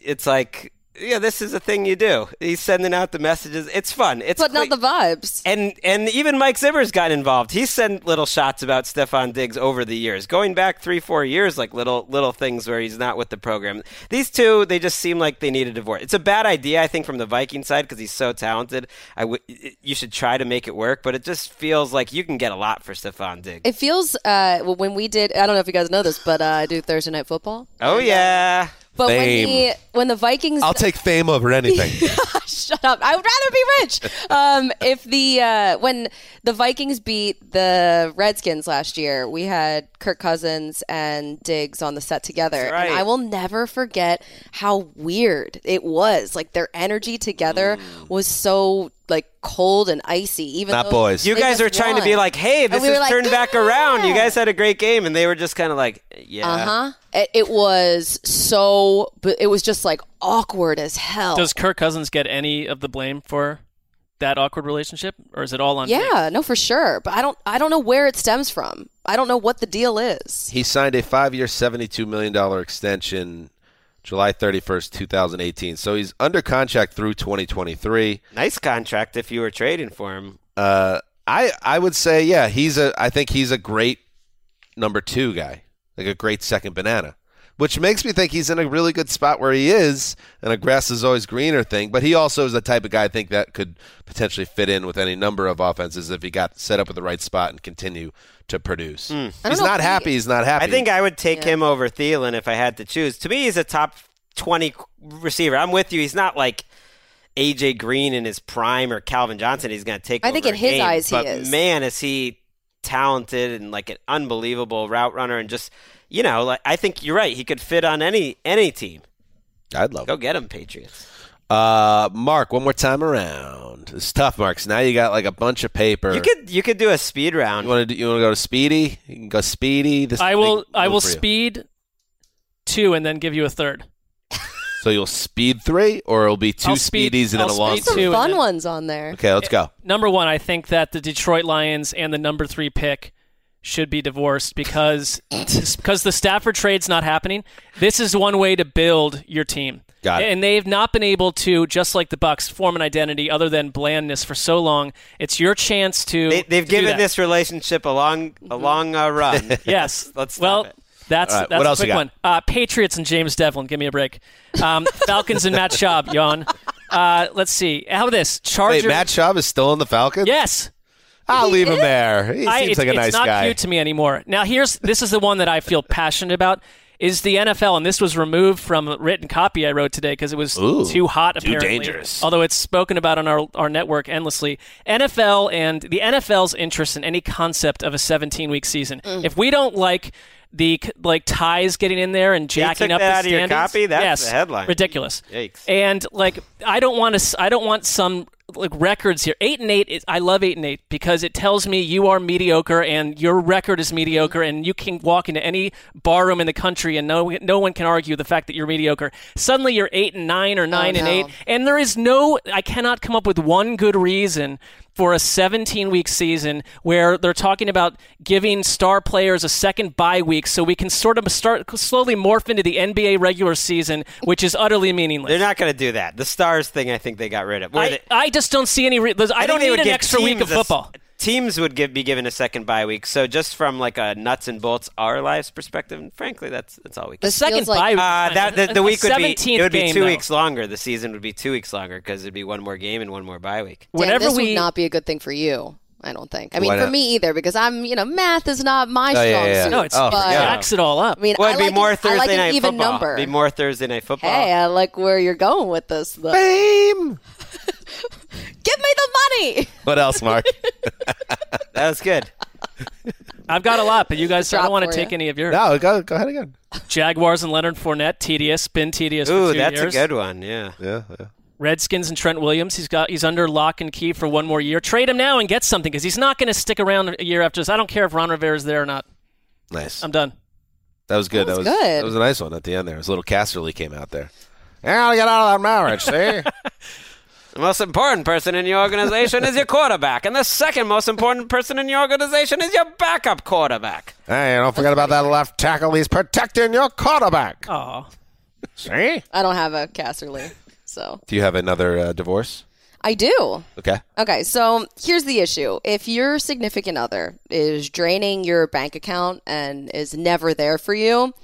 S5: it's like yeah, this is a thing you do. He's sending out the messages. It's fun. It's
S4: but not the vibes.
S5: and and even Mike Zimmer's gotten involved. He sent little shots about Stefan Diggs over the years, going back three, four years, like little little things where he's not with the program. These two, they just seem like they need a divorce. It's a bad idea, I think, from the Viking side because he's so talented. I w- you should try to make it work, but it just feels like you can get a lot for Stefan Diggs.
S4: It feels uh, well, when we did. I don't know if you guys know this, but uh, I do Thursday night football.
S5: Oh yeah,
S4: But when the when the Vikings,
S3: I'll take fame over anything.
S4: shut up. I would rather be rich. Um, if the uh, when the Vikings beat the Redskins last year, we had Kirk Cousins and Diggs on the set together,
S12: That's right.
S4: and I will never forget how weird it was. Like their energy together
S5: Mm.
S4: was so like cold and icy. Even though
S5: You
S4: they
S5: guys
S4: just
S5: were trying to
S4: won.
S5: be like, hey,
S4: And
S5: this
S4: we
S5: is
S4: were like,
S5: turned back around. You guys had a great game, and they were just kind of like, yeah.
S4: Uh huh. It, it was so, but it was just like awkward as hell.
S6: Does Kirk Cousins get any of the blame for that awkward relationship, or is it all on? Diggs?
S4: yeah, no, for sure. But I don't, I don't know where it stems from. I don't know what the deal is.
S3: He signed a five-year, seventy-two million dollar extension, July thirty-first, two thousand eighteen. So he's under contract through twenty twenty-three.
S5: Nice contract if you were trading for him.
S3: Uh, I I would say yeah, he's a. I think he's a great number two guy, like a great second banana, which makes me think he's in a really good spot where he is, and a grass is always greener thing. But he also is the type of guy I think that could potentially fit in with any number of offenses if he got set up at the right spot and continue to produce.
S5: I don't
S3: He's
S5: know
S3: not
S5: if he-
S3: happy. He's not happy.
S5: I think I would take him over Thielen if I had to choose. To me, he's a top 20 receiver. I'm with you. He's not like AJ Green in his prime or Calvin Johnson. He's going to take.
S4: I think
S5: over
S4: in
S5: a
S4: his
S5: game.
S4: eyes he
S5: but
S4: is.
S5: Man, is he talented and like an unbelievable route runner and just you know like I think you're right. He could fit on any any team.
S3: I'd love
S5: go get him, Patriots.
S3: Uh, Mark, one more time around. It's tough, Mark. 'cause now you got like a bunch of paper.
S5: You could you could do a speed round.
S3: You want to you want to go to Speedy? You can go Speedy. This
S6: I
S3: is a
S6: will.
S3: big
S6: I
S3: move
S6: will
S3: for you.
S6: speed two and then give you a third.
S3: So you'll speed three, or it'll be 2
S6: I'll speed-
S3: speedies and then
S6: I'll
S3: a long
S6: speed
S4: Some
S6: two and
S4: fun
S6: then-
S4: ones on there.
S3: Okay, let's go.
S6: Number one, I think that the Detroit Lions and the number three pick should be divorced because because the Stafford trade's not happening. This is one way to build your team.
S3: Got it.
S6: And they've not been able to, just like the Bucks, form an identity other than blandness for so long. It's your chance to.
S5: They, they've
S6: to do
S5: given
S6: that.
S5: this relationship a long a
S4: Mm-hmm.
S5: long uh,
S6: <laughs>
S5: run.
S6: Yes.
S5: let's stop
S6: well,
S5: it.
S6: that's
S5: All right,
S6: that's
S5: what
S6: a
S5: else you
S6: quick
S5: got?
S6: one. Uh, Patriots and James Devlin. Give me a break. Um, Falcons and Matt Schaub. Yawn. Uh, let's see. How about this? Chargers.
S3: Wait, Matt Schaub is still in the Falcons.
S6: Yes,
S3: I'll leave him there. He
S6: I-
S3: seems
S6: it's,
S3: like a
S6: it's
S3: nice
S6: not
S3: guy.
S6: cute to me anymore. Now here's this is the one that I feel passionate about. Is the NFL, and this was removed from written copy I wrote today because it was
S10: Ooh,
S6: too hot,
S10: too
S6: apparently.
S10: dangerous.
S6: Although it's spoken about on our, our network endlessly. NFL and the NFL's interest in any concept of a 17 week season. If we don't like the c- like ties getting in there and jacking
S5: took
S6: up
S5: that
S6: the
S5: out of your
S6: standings,
S5: copy? That's
S6: yes,
S5: the headline.
S6: Ridiculous.
S5: Yikes.
S6: And like, I don't want to. I don't want some like records here. Eight and eight. Is, I love eight and eight because it tells me you are mediocre and your record is mediocre, and you can walk into any bar room in the country and no no one can argue the fact that you're mediocre. Suddenly you're eight and nine or nine and
S4: no.
S6: eight, and there is no. I cannot come up with one good reason for a 17 week season where they're talking about giving star players a second bye week so we can sort of start slowly morph into the NBA regular season, which is utterly meaningless.
S5: They're not going to do that. The stars thing, I think they got rid of. Where
S6: I,
S5: they-
S6: I just don't see any. Re- I,
S5: think
S6: don't
S5: they would
S6: need an
S5: give
S6: extra week of
S5: teams a s-
S6: football.
S5: teams would give be given a second bye week. So just from like a nuts and bolts our lives perspective, and frankly, that's that's all we can.
S6: The second feels like- bye week
S5: Uh,
S6: is
S5: that
S6: fine.
S5: the, the
S6: A
S5: week would be it
S6: 17th
S5: would be
S6: game,
S5: two
S6: though.
S5: weeks longer. The season would be two weeks longer because it'd be one more game and one more bye week.
S4: Dan, this would not be a good thing for you. I don't think. I mean,
S5: Why
S4: for
S5: not? Oh,
S4: me either, because I'm, you know, math is not my strong suit. but-
S6: it all up.
S4: I mean,
S5: well,
S4: I
S5: it'd
S4: like
S5: be more
S4: an- I
S5: Thursday
S4: like an
S5: night
S4: even
S5: football.
S4: number.
S5: Be more Thursday night football.
S4: Hey, I like where you're going with this. Though.
S3: Fame.
S4: Give me the funny.
S3: What else,
S6: <laughs>
S3: Mark?
S5: that was
S4: <laughs>
S5: good.
S6: I've got a lot, but you guys, I don't want to take any of yours.
S3: No, go, go ahead again.
S6: Jaguars and Leonard Fournette, tedious, been tedious.
S5: Ooh,
S6: for two
S5: that's
S6: years.
S5: a good one. Yeah.
S3: Yeah. yeah.
S6: Redskins and Trent Williams. He's got he's under lock and key for one more year. Trade him now and get something because he's not going to stick around a year after this. I don't care if Ron Rivera's there or not.
S3: Nice.
S6: I'm done.
S3: That was good. That
S6: Um, That
S3: was,
S6: was
S3: that
S6: good.
S3: was a nice one at the end there. His little Casterly came out there. Yeah, I get out of that marriage, see?
S5: The most important person in your organization is your quarterback, and the second most important person in your organization is your backup quarterback.
S3: Hey, don't forget about that left tackle. He's protecting your quarterback.
S6: Oh.
S3: See?
S4: I don't have a Casterly, so
S3: Do you have another uh, divorce?
S4: I do.
S3: Okay.
S4: Okay, so here's the issue. If your significant other is draining your bank account and is never there for you,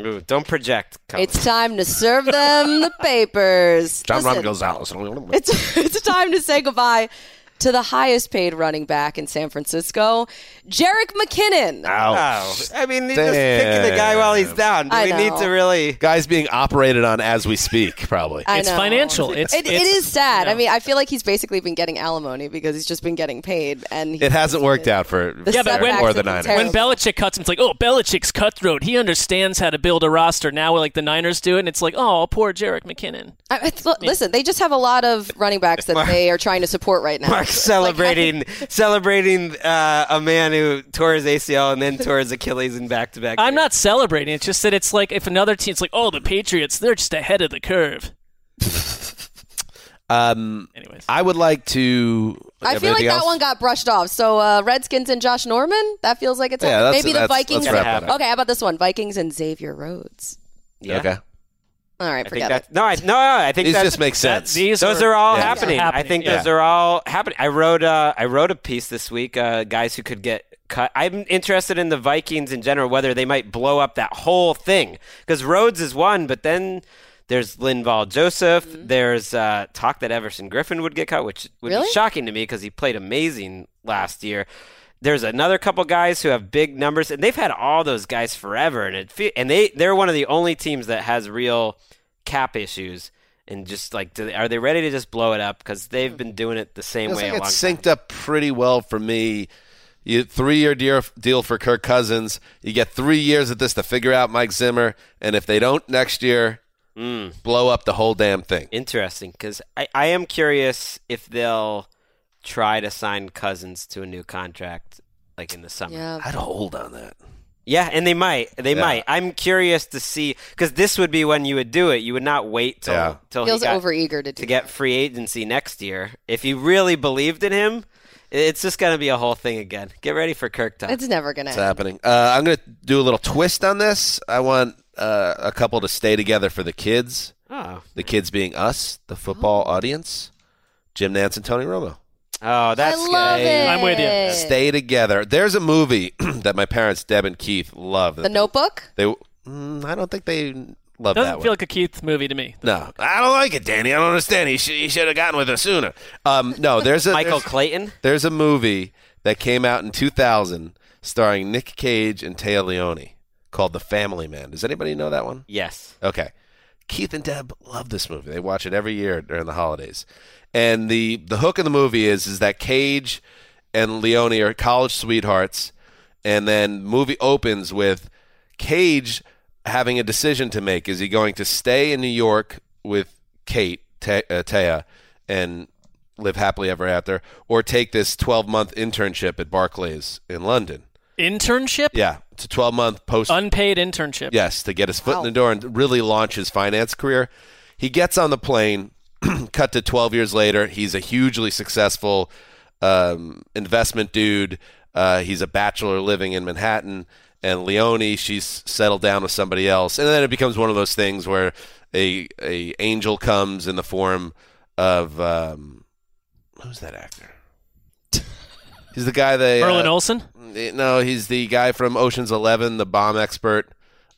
S5: Ooh, don't project. Colin.
S4: it's time to serve them the papers.
S3: John Ron
S4: Listen,
S3: Gonzalez.
S4: It's <laughs> it's time to say goodbye to the highest paid running back in San Francisco, Jarek McKinnon.
S3: Ah,
S5: Oh, I mean, you're just picking the guy while he's down. Do
S4: I
S5: we need
S4: know.
S5: to
S4: <laughs>
S5: really?
S3: Guys being operated on as we speak, probably.
S4: I know.
S3: It
S4: It- it is sad. I mean, I feel like he's basically been getting alimony because he's just been getting paid, and he-
S3: hasn't worked out for
S4: The Yeah, but
S3: Derek
S4: when-
S3: or the
S4: setbacks have
S3: Niners.
S4: been
S6: When Belichick cuts him, it's like, oh, Belichick's cutthroat. He understands how to build a roster. Now, like the Niners do it, and it's like, oh, poor Jarek McKinnon.
S4: I, I thought- listen, they just have a lot of running backs that they are trying to support right now.
S5: Mark <laughs> celebrating celebrating uh, a man who tore his ACL and then tore his Achilles in back to back.
S6: I'm not celebrating. It's just that it's like if another team's like, oh, the Patriots, they're just ahead of the curve.
S3: Um, Anyways. I would like to.
S4: I
S3: Have
S4: feel like
S3: anything
S4: that
S3: else?
S4: one got brushed off. So uh, Redskins and Josh Norman, that feels like it's
S3: Yeah,
S4: happening.
S3: that's-
S4: maybe the
S3: that's- let's
S4: Vikings.
S3: wrap that up.
S4: okay, how about this one? Vikings and Xavier Rhodes.
S5: Yeah.
S3: Okay.
S4: All right,
S5: I think
S4: forget
S5: that
S4: it.
S5: no, I, no, no, I think
S3: These
S5: that's-
S3: just make sense.
S5: these
S3: These
S5: those
S3: are-
S5: are, all
S3: yeah.
S5: happening.
S3: Yeah.
S5: I think
S3: Yeah.
S5: those are all happening. I wrote uh, I wrote a piece this week, uh, guys who could get cut. I'm interested in the Vikings in general, whether they might blow up that whole thing because Rhodes is one, but then there's Linval Joseph. There's uh, talk that Everson Griffin would get cut, which would
S4: Really?
S5: be shocking to me because he played amazing last year. There's another couple guys who have big numbers, and they've had all those guys forever, and it fe- and they they're one of the only teams that has real cap issues and just like do they, are they ready to just blow it up because they've been doing it the same
S3: Feels
S5: way
S3: like
S5: a long
S3: it's synced up pretty well for me. You three year deal, deal for Kirk Cousins. You get three years at this to figure out Mike Zimmer, and if they don't next year, blow up the whole damn thing.
S5: interesting because I, I am curious if they'll try to sign cousins to a new contract like in the summer
S4: Yeah.
S3: I'd hold on that.
S5: Yeah, and they might. They
S3: Yeah.
S5: might. I'm curious to see because this would be when you would do it. You would not wait till
S3: Yeah.
S5: till
S4: Feels
S5: Oh, he got,
S4: overeager to do
S5: to get free agency next year. If you really believed in him, it's just gonna be a whole thing again. Get ready for Kirk time.
S4: It's never gonna.
S3: It's
S4: end.
S3: happening. Uh, I'm going to do a little twist on this. I want uh, a couple to stay together for the kids.
S5: Oh.
S3: The kids being us, the football audience, Jim Nance and Tony Romo.
S5: Oh, that's
S4: love
S5: good.
S4: it. I'm with you.
S3: Stay together. There's a movie <clears throat> that my parents, Deb and Keith, love.
S4: The Notebook.
S3: They, mm, I don't think they love
S6: Doesn't
S3: that one.
S6: feel like a Keith movie to me.
S3: No, I don't like it, Danny. I don't understand. He should, he should have gotten with us sooner. Um,
S6: <laughs>
S3: no, there's a
S5: Michael
S3: there's,
S5: Clayton.
S3: there's a movie that came out in 2000 starring Nick Cage and Taya Leone called The Family Man. Does anybody know that one?
S5: Yes.
S3: Okay. Keith and Deb love this movie. They watch it every year during the holidays. And the the hook of the movie is is that Cage and Leone are college sweethearts and then movie opens with Cage having a decision to make. Is he going to stay in New York with Kate Ta uh, Taya and live happily ever after or take this 12-month internship at Barclays in London?
S6: Internship?
S3: Yeah, it's a 12-month post
S6: Unpaid internship.
S3: Yes, to get his foot
S6: Wow.
S3: in the door and really launch his finance career. He gets on the plane. <clears throat> cut to 12 years later, he's a hugely successful um, investment dude. Uh, he's a bachelor living in Manhattan. And Leone, she's settled down with somebody else. And then it becomes one of those things where a a angel comes in the form of um, who's that actor? He's the guy that
S6: Merlin Olsen?
S3: Eh, No, he's the guy from Ocean's Eleven, the bomb expert,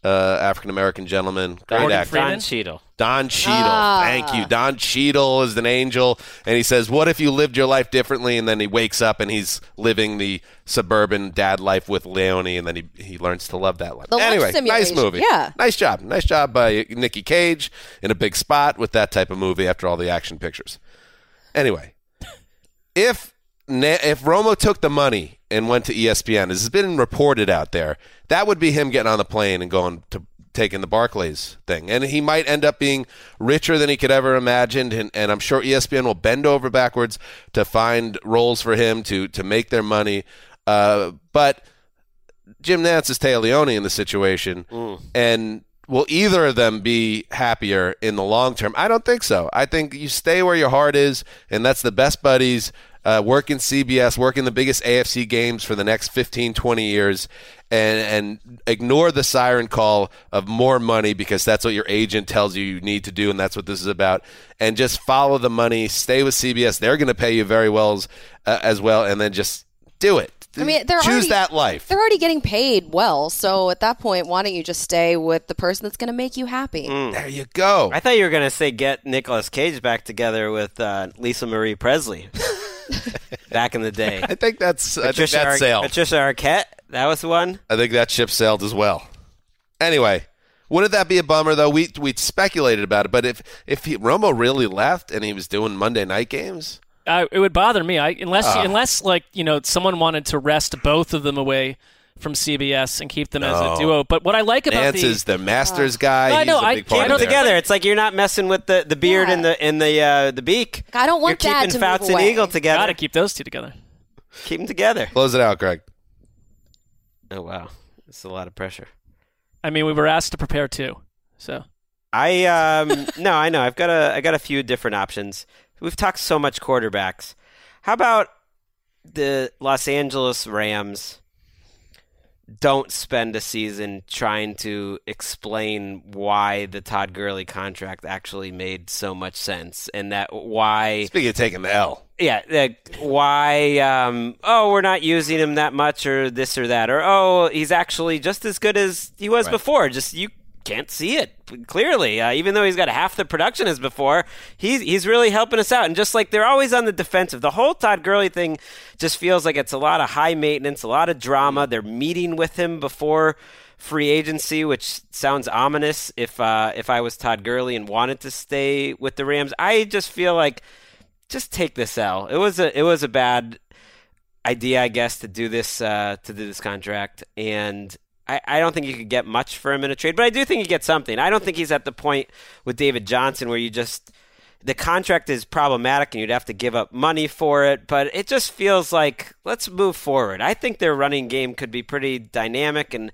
S3: uh, African American gentleman. Great
S5: Morgan
S3: actor.
S5: Freeman? Don Cheadle.
S3: Don Cheadle.
S5: Ah.
S3: Thank you. Don Cheadle is an angel, and he says, "What if you lived your life differently?" And then he wakes up and he's living the suburban dad life with Leone, and then he he learns to love that life.
S4: The lunch
S3: anyway, nice
S4: simulation.
S3: movie.
S4: Yeah.
S3: nice job. Nice job by Nicky Cage in a big spot with that type of movie after all the action pictures. Anyway, <laughs> if Na- if Romo took the money and went to E ESPN, this has been reported out there. That would be him getting on the plane and going to taking the Barclays thing, and he might end up being richer than he could ever imagined. And, and I'm sure E ESPN will bend over backwards to find roles for him to to make their money. Uh, but Jim Nance is Leone in the situation, and will either of them be happier in the long term? I don't think so. I think you stay where your heart is, and that's the best buddies. Uh, work in CBS, work in the biggest AFC games for the next 15, 20 years, and, and ignore the siren call of more money because that's what your agent tells you you need to do, and that's what this is about. And just follow the money, stay with CBS. They're going to pay you very well as, uh, as well, and then just do it.
S4: I mean, they're
S3: Choose
S4: already,
S3: that life.
S4: They're already getting paid well, so at that point, why don't you just stay with the person that's going to make you happy?
S3: There you go.
S5: Hmm. I thought you were gonna say get Nicolas Cage back together with uh, Lisa Marie
S4: <laughs>
S5: Presley. back in the day,
S3: I think that's I think
S5: Patricia
S3: that's
S5: Ar-
S3: sailed.
S5: Patricia Arquette, that was the one.
S3: I think that ship sailed as well. Anyway, wouldn't that be a bummer though? We we speculated about it, but if if he, Romo really left and he was doing Monday night games,
S6: I, it would bother me. I unless
S3: Ah.
S6: unless like you know someone wanted to wrest both of them away from CBS and keep them as
S3: No.
S6: a duo. But what I like about
S3: Nance
S6: the
S3: is the Masters guy.
S6: No, I
S3: He's
S6: know,
S3: a
S6: I
S3: big
S6: can't
S3: part of
S6: think
S3: it.
S6: of-
S5: Together, it's like you're not messing with the, the beard and the and the uh, the beak.
S4: I don't want
S5: you're
S4: that to
S5: keeping
S4: move
S5: Fouts and
S4: away.
S5: Eagle together.
S6: Gotta keep those two together.
S5: Keep them together.
S3: Close it out, Greg.
S5: Oh wow, it's a lot of pressure.
S6: I mean, we were asked to prepare two, so
S5: I um <laughs> no, I know. I've got a I got a few different options. We've talked so much quarterbacks. How about the Los Angeles Rams don't spend a season trying to explain why the Todd Gurley contract actually made so much sense and that why
S3: Speaking of taking the L.
S5: yeah, like why? Um, oh, we're not using him that much, or this or that, or oh, he's actually just as good as he was
S12: Right.
S5: before. Just you can't see it clearly, uh, even though he's got half the production as before. He's he's really helping us out, and just like they're always on the defensive. The whole Todd Gurley thing just feels like it's a lot of high maintenance, a lot of drama. They're meeting with him before free agency, which sounds ominous. If uh, if I was Todd Gurley and wanted to stay with the Rams, I just feel like just take this L. It was a it was a bad idea, I guess, to do this uh, to do this contract, and I, I don't think you could get much for him in a trade, but I do think you get something. I don't think he's at the point with David Johnson where you just the contract is problematic and you'd have to give up money for it, but it just feels like let's move forward. I think their running game could be pretty dynamic and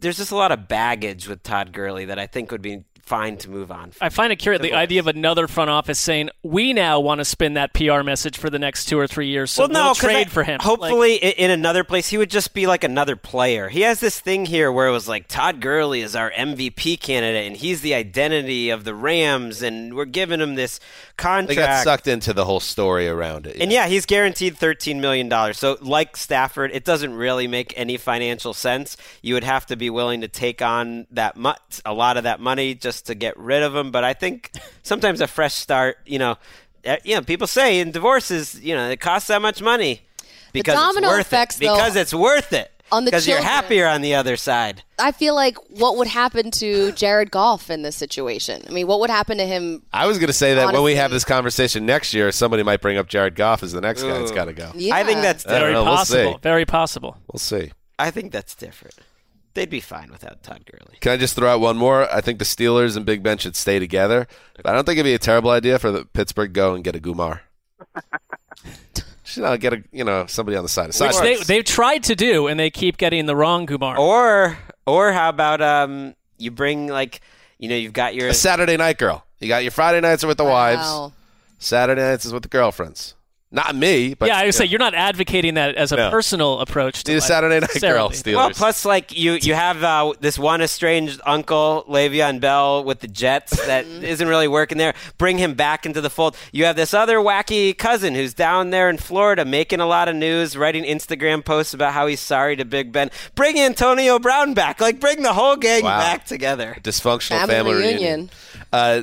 S5: there's just a lot of baggage with Todd Gurley that I think would be fine to move on.
S6: I find it curious the idea of another front office saying we now want to spin that PR message for the next two or three years. So we'll
S5: 'cause
S6: trade
S5: I-
S6: for him.
S5: Hopefully, i in another place, he would just be like another player. He has this thing here where it was like Todd Gurley is our MVP candidate, and he's the identity of the Rams, and we're giving him this
S3: They got
S5: contract.
S3: sucked into the whole story around it.
S5: And yeah, he's guaranteed thirteen million dollars. So, like Stafford, it doesn't really make any financial sense. You would have to be willing to take on that much, a lot of that money, just to get rid of him. But I
S4: <laughs>
S5: think sometimes a fresh start, you know, eh, you know, people say in divorces, you know, it costs that much money because
S4: domino
S5: it's worth
S4: effects,
S5: it.
S4: though,
S5: Because it's worth it.
S4: on the
S5: because you're
S4: children.
S5: happier on the other side.
S4: I feel like what would happen to Jared Goff in this situation? I mean, what would happen to him?
S3: I was going to say that when we have this conversation next year, somebody might bring up Jared Goff as the next guy that's
S5: Ooh.
S3: got to go.
S4: Yeah. I think that's
S3: I don't
S6: very
S3: know, we'll see.
S6: possible. Very possible.
S3: We'll see.
S5: I think that's different. They'd be fine without Todd Gurley.
S3: Can I just throw out one more? I think the Steelers and Big Ben should stay together. But I don't think it'd be a terrible idea for the Pittsburgh go and get a Gumar. Just, you know, get a you know somebody on the side.
S6: Which they,
S3: Sideways.
S6: they've tried to do, and they keep getting the wrong Gumar.
S3: Oh,
S5: Or or how about um you bring like you know you've got your
S3: a Saturday night girl. You got your Friday nights are with the
S6: Wow.
S3: wives. Saturday nights is with the girlfriends. Not me, but
S6: yeah, I would say
S3: you
S6: you're not advocating that as a
S3: No.
S6: personal approach. To
S3: Need a
S6: life,
S3: Saturday night girl,
S6: necessarily.
S3: Steelers.
S5: Well, plus like you you have uh, this one estranged uncle Le'Veon Bell with the
S6: <laughs>
S5: Jets that isn't really working there. Bring him back into the fold. You have this other wacky cousin who's down there in Florida making a lot of news, writing Instagram posts about how he's sorry to Big Ben. Bring Antonio Brown back. Like bring the whole gang
S3: Wow.
S5: back together.
S3: dysfunctional
S5: Family
S3: family, reunion.
S5: reunion.
S3: Uh,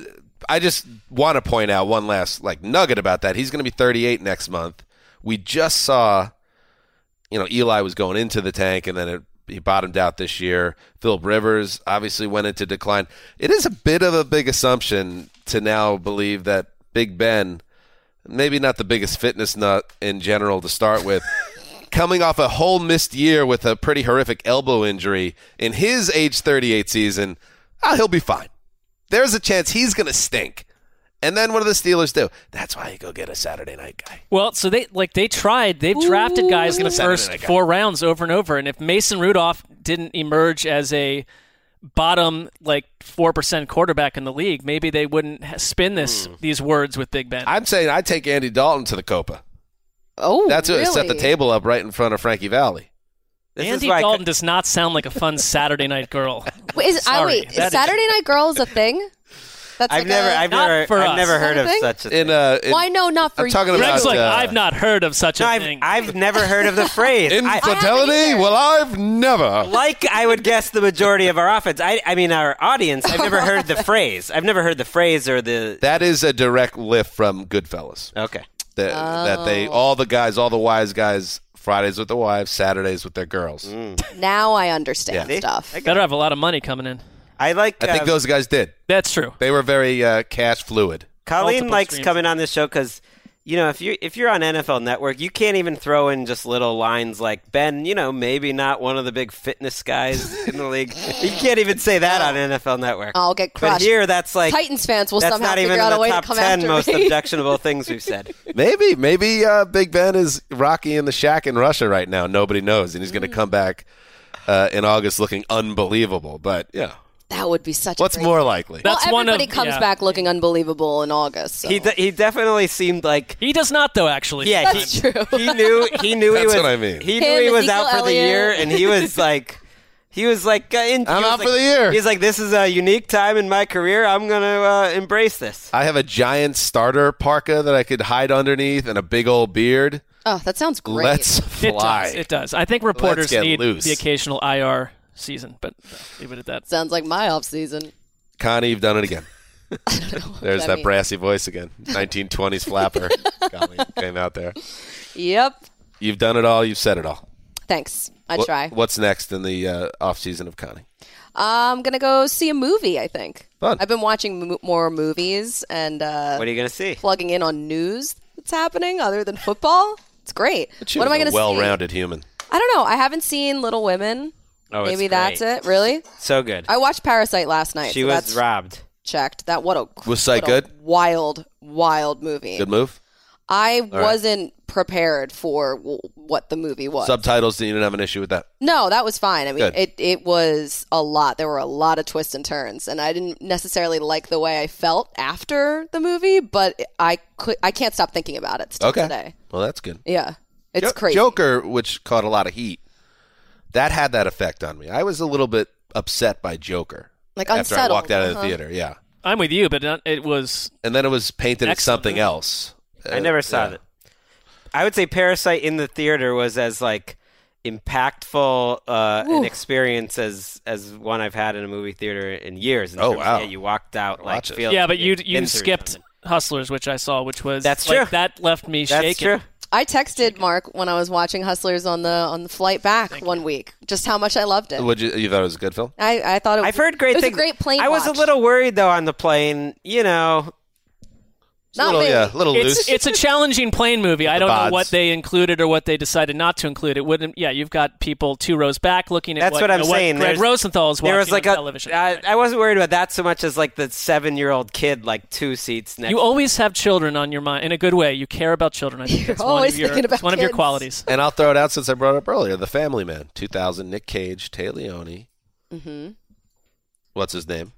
S3: I just want to point out one last like nugget about that. He's going to be 38 next month. We just saw, you know, Eli was going into the tank, and then it, he bottomed out this year. Philip Rivers obviously went into decline. It is a bit of a big assumption to now believe that Big Ben maybe not the biggest fitness nut in general to start
S5: <laughs>
S3: with, coming off a whole missed year with a pretty horrific elbow injury in his age 38 season, ah, he'll be fine. There's a chance he's going to stink. And then what do the Steelers do? That's why you go get a Saturday night guy.
S6: Well, so they like they tried. They've drafted guys in the
S3: Saturday
S6: first
S3: night guy.
S6: four rounds over and over. And if Mason Rudolph didn't emerge as a bottom like four percent quarterback in the league, maybe they wouldn't ha- spin this these words with Big Ben.
S3: I'm saying Hmm. I take Andy Dalton to the Copa.
S4: Oh,
S3: That's who set the
S6: really?
S3: table up right in front of Frankie Valley.
S6: Andy Dalton does not sound like a fun Saturday night girl.
S4: <laughs> Wait, is, I,
S6: Sorry,
S4: wait, is
S6: that is-
S4: Saturday Night Girls a thing? That's
S5: I've
S4: like
S5: never,
S4: a-
S5: I've never,
S6: for
S5: I've
S6: us.
S5: never heard
S4: Not a
S5: of
S4: thing?
S5: such a thing.
S3: In, uh, in-
S4: Why no? Not for
S3: I'm talking
S4: you.
S3: about-
S6: Greg's like,
S3: uh,
S6: I've not heard of such a
S5: No, I've,
S6: thing.
S5: I've never heard
S6: <laughs>
S5: of the phrase. I,
S3: Infidelity? Well, I've never.
S5: like I would guess the majority of our offense. I, I mean, our audience. I've never heard
S3: <laughs>
S5: the phrase. I've never heard the phrase or the.
S3: That is a direct lift from Goodfellas.
S5: Okay.
S3: That, that they all the guys, all the wise guys, Fridays with the wives, Saturdays with their girls.
S4: Now I understand stuff.
S6: Better have a lot of money coming in.
S5: I like.
S3: I think
S5: um,
S3: those guys did.
S6: That's true.
S3: They were very uh, cash fluid.
S5: Colleen
S6: Multiple
S5: likes
S6: streams.
S5: coming on this show because, you know, if you if you're on NFL Network, you can't even throw in just little lines like Ben. You know, maybe not one of the big fitness guys in the
S3: <laughs>
S5: league. You can't even say that on NFL Network.
S4: I'll get crushed.
S5: But here, that's like
S4: Titans fans will
S5: that's
S4: somehow
S5: not even
S4: figure out
S5: in
S4: a
S5: the
S4: way to
S5: top
S4: come
S5: ten
S4: after
S5: most
S4: me.
S5: objectionable things we've said.
S3: Maybe, maybe uh, Big Ben is Rocky in the shack in Russia right now. Nobody knows, and he's
S4: Mm.
S3: going to come back uh, in August looking unbelievable. But yeah,
S4: <laughs> that would be such.
S3: what's
S4: a great-
S3: more likely?
S4: Well,
S6: That's one of-
S4: everybody comes
S6: yeah.
S4: back looking unbelievable in August. so. <laughs>
S5: He de- he definitely seemed like
S6: He does not though. Actually,
S5: yeah
S4: That's
S5: he,
S4: true.
S5: he knew he knew he
S3: That's
S5: was
S3: what I mean.
S5: he
S4: Him,
S5: knew he was out for
S4: Ezekiel
S5: the year
S4: Elliott.
S5: and he
S4: <laughs>
S5: was like he was like uh, in, he was
S3: I'm out for
S5: like-
S3: the year.
S5: He's like this is a unique time in my career. I'm gonna uh, embrace this.
S3: I have a giant starter parka that I could hide underneath and a big old beard.
S4: Oh, that sounds great.
S3: Let's
S6: it
S3: fly.
S6: does. It does. I think reporters
S3: get
S6: need
S3: loose.
S6: the occasional IR season, but leave it at that.
S4: Sounds like my off season.
S3: Connie, you've done it
S4: <laughs>
S3: again. There's
S4: that
S3: that,
S4: means.
S3: brassy voice again. 1920s
S4: <laughs>
S3: flapper Golly, came out there.
S4: Yep.
S3: You've done it all. You've said it all.
S4: Thanks. I
S3: What-
S4: try.
S3: What's next in the uh, off season of Connie?
S4: I'm gonna go see a movie. I think.
S3: Fun.
S4: I've been watching m- more movies and uh,
S5: What are you gonna see?
S4: plugging in on news that's happening other than football. It's great. What am I gonna see?
S3: Well-rounded human.
S4: I don't know. I haven't seen Little Women.
S5: Oh, it's
S4: Maybe that's
S5: great.
S4: it. Really?
S5: So good.
S4: I watched Parasite last night.
S5: she
S4: Oh, so
S5: was
S4: that's
S5: robbed.
S4: checked. That what a
S3: Was Sight
S4: what a
S3: good?
S4: Wild, wild movie.
S3: Good move.
S4: I wasn't prepared for w- what the movie was.
S3: Subtitles. You didn't have an issue with that.
S4: No, that was fine. I mean,
S3: Good.
S4: it, it was a lot. There were a lot of twists and turns, and I didn't necessarily like the way I felt after the movie, but I could I can't stop thinking about it still
S3: Okay.
S4: today.
S3: Well, that's good.
S4: Yeah. It's
S3: Jo-
S4: crazy.
S3: Joker, which caught a lot of heat, that had that effect on me. I was a little bit upset by Joker.
S4: Like
S3: after I
S4: unsettled,
S3: walked out of the
S4: uh-huh.
S3: theater, yeah,
S6: I'm with you, but not- it was
S3: and then it was painted as
S6: Excellent
S3: something
S6: movie.
S3: else.
S5: I never saw
S3: yeah.
S5: it. I would say Parasite in the theater was as like impactful uh, an experience as as one I've had in a movie theater in years. In terms
S3: Oh,
S5: of,
S3: wow.
S5: yeah, you walked out like
S3: watch it.
S5: feeling
S6: yeah, but you
S5: you'd
S6: you
S5: been through
S6: skipped
S5: something.
S6: Hustlers, which I saw, which was
S5: That's
S6: like,
S5: true.
S6: That left me
S5: That's
S6: shaking.
S5: true.
S4: I texted Mark when I was watching Hustlers on the on the flight back one week, just how much I loved it.
S3: Would you? You thought it was a good film?
S4: I, I thought it was,
S5: I've heard great
S4: it was
S5: things.
S4: a great plane.
S5: I was
S4: watch.
S5: a little worried though on the plane. You know,
S3: It's
S4: Not
S3: a little,
S4: me.
S3: yeah, a little
S6: It's
S3: loose.
S6: it's a challenging plane movie. I don't
S3: bods.
S6: know what they included or what they decided not to include. It wouldn't. Yeah, you've got people two rows back looking at
S5: That's
S6: what,
S5: what
S6: you
S5: I'm
S6: know,
S5: saying.
S6: Greg
S5: There's-
S6: Rosenthal is watching
S5: there was like
S6: on
S5: a.
S6: television.
S5: I, I wasn't worried about that so much as like the seven-year-old kid, like two seats next.
S6: you always have children on your mind in a good way. You care about children. I think that's one
S4: always
S6: of your,
S4: thinking about
S6: it's one of your
S4: kids.
S6: qualities.
S3: and I'll throw it out since I brought it up earlier. The Family Man, 2000, Nick Cage, Tay Leone.
S4: hmm
S3: What's his name?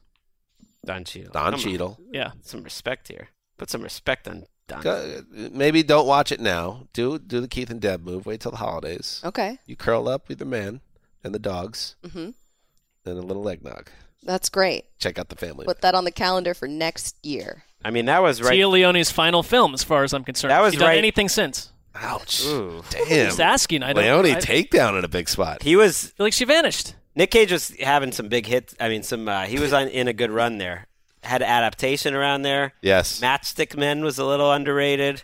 S5: Don Cheadle.
S3: Don
S5: Come on.
S3: Cheadle.
S6: Yeah,
S5: Some respect here. Put some respect on Don.
S3: Go- Maybe don't watch it now. Do do the Keith and Deb move. Wait till the holidays.
S4: Okay.
S3: You curl up with the man and the dogs
S4: hmm
S3: and a little eggnog.
S4: That's great.
S3: Check out the Family
S4: Put that on the calendar for next year.
S5: I mean, that was right.
S6: Tia Leone's final film, as far as I'm concerned.
S5: That was
S6: Has he done
S5: right-
S6: anything since?
S3: Man. Ouch.
S5: Ooh.
S3: Damn.
S6: Just asking. I don't.
S3: Leone
S6: I feel
S3: takedown in a big spot.
S5: He was
S6: like she vanished.
S5: Nick Cage was having some big hits. I mean, some uh, he was on in a good run there. Had adaptation around there.
S3: Yes.
S5: Matchstick Men was a little underrated.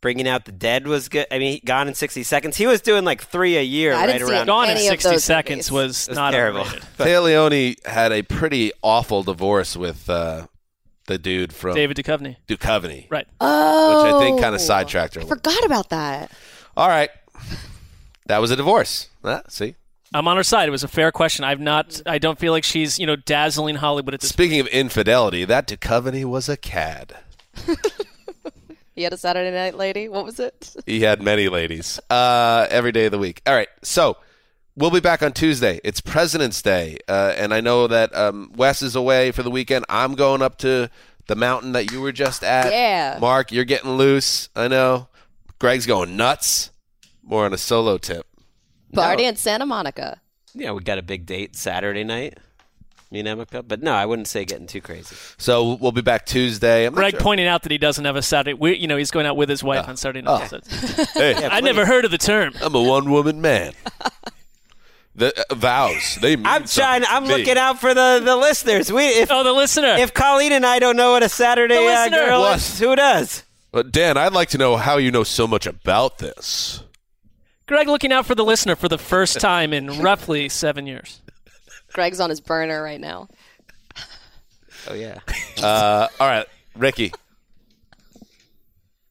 S5: Bringing Out the Dead was good. I mean, Gone in sixty seconds. He was doing like three a year
S4: I
S5: right
S4: didn't see
S5: around.
S4: it.
S6: Gone in
S4: Any of
S6: 60
S4: those
S6: seconds
S4: movies.
S6: was
S5: was
S6: not
S5: terrible.
S6: overrated.
S3: Tay Leone had a pretty awful divorce with uh, the dude from
S6: David Duchovny.
S3: Duchovny,
S6: Right.
S4: Oh.
S3: which I think kind of sidetracked her. a
S4: I
S3: little.
S4: forgot about that.
S3: All right, that was a divorce. Ah, see,
S6: I'm on her side. It was a fair question. I've not. I don't feel like she's you know dazzling Hollywood at this.
S3: speaking of infidelity, that Duchovny was a cad.
S4: He had a Saturday Night Lady. What was
S3: <laughs>
S4: it?
S3: He had many ladies uh, every day of the week. All right, so we'll be back on Tuesday. It's President's Day, uh, and I know that um, Wes is away for the weekend. I'm going up to the mountain that you were just at.
S4: Yeah.
S3: Mark, you're getting loose. I know. Greg's going nuts. More on a solo tip.
S4: Party in Santa Monica.
S5: Yeah, we got a big date Saturday night. Me and Emeka, but no, I wouldn't say getting too crazy.
S3: So we'll be back Tuesday. I'm not
S6: Greg
S3: sure.
S6: pointing out that he doesn't have a Saturday. We, you know, he's going out with his wife on Saturday night. so it's-
S3: Hey.
S6: I never heard of the term.
S3: I'm a one woman man. The uh, vows they. Mean
S5: I'm trying.
S3: something to
S5: I'm
S3: me.
S5: looking out for the, the listeners. We <laughs> if
S6: oh the listener.
S5: If Colleen and I don't know what a Saturday
S6: The
S5: uh,
S6: listener.
S5: girl
S3: What?
S5: is, who does?
S3: But Dan, I'd like to know how you know so much about this.
S6: Greg looking out for the listener for the first time in roughly seven years.
S4: Greg's on his burner right now.
S5: Oh yeah.
S3: Uh, all right, Ricky.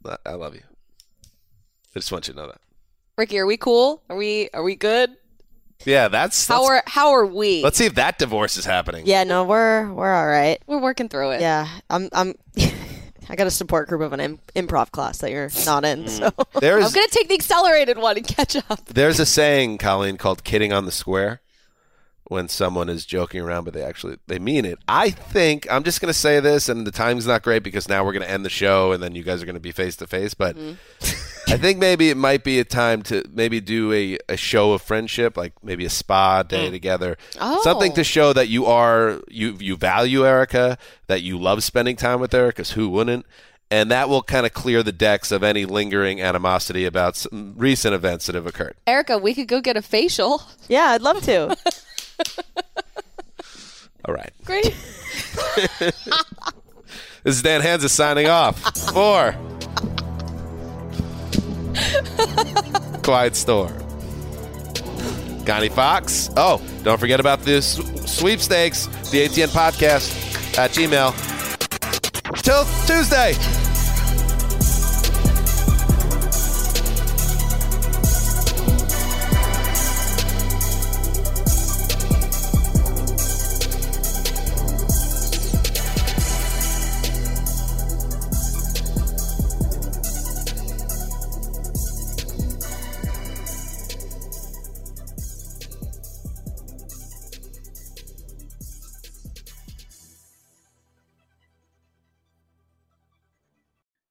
S3: I- I love you. I just want you to know that.
S4: Ricky, are we cool? Are we are we good?
S3: Yeah, that's.
S4: How
S3: that's-
S4: are how are we?
S3: let's see if that divorce is happening.
S8: Yeah, no, we're we're all right.
S4: We're working through it.
S8: Yeah, I'm I'm I got a support group of an Im- improv class that you're not in. So
S4: I'm
S3: There's
S4: gonna take the accelerated one and catch up.
S3: there's a saying, Colleen, called "kidding on the square," when someone is joking around, but they actually they mean it. I think I'm just gonna say this, and the time's not great because now we're gonna end the show, and then you guys are gonna be face to face. But <laughs> I think maybe it might be a time to maybe do a, a show of friendship, like maybe a spa day together.
S4: Oh.
S3: Something to show that you are you you value Erica, that you love spending time with her, because who wouldn't? And that will kind of clear the decks of any lingering animosity about some recent events that have occurred.
S4: Erica, we could go get a facial.
S8: yeah, I'd love to.
S3: All right.
S4: Great.
S3: This is Dan Hansa signing off for Clyde Store. Connie Fox. Oh, don't forget about this sweepstakes, the ATN podcast at Gmail. Till Tuesday.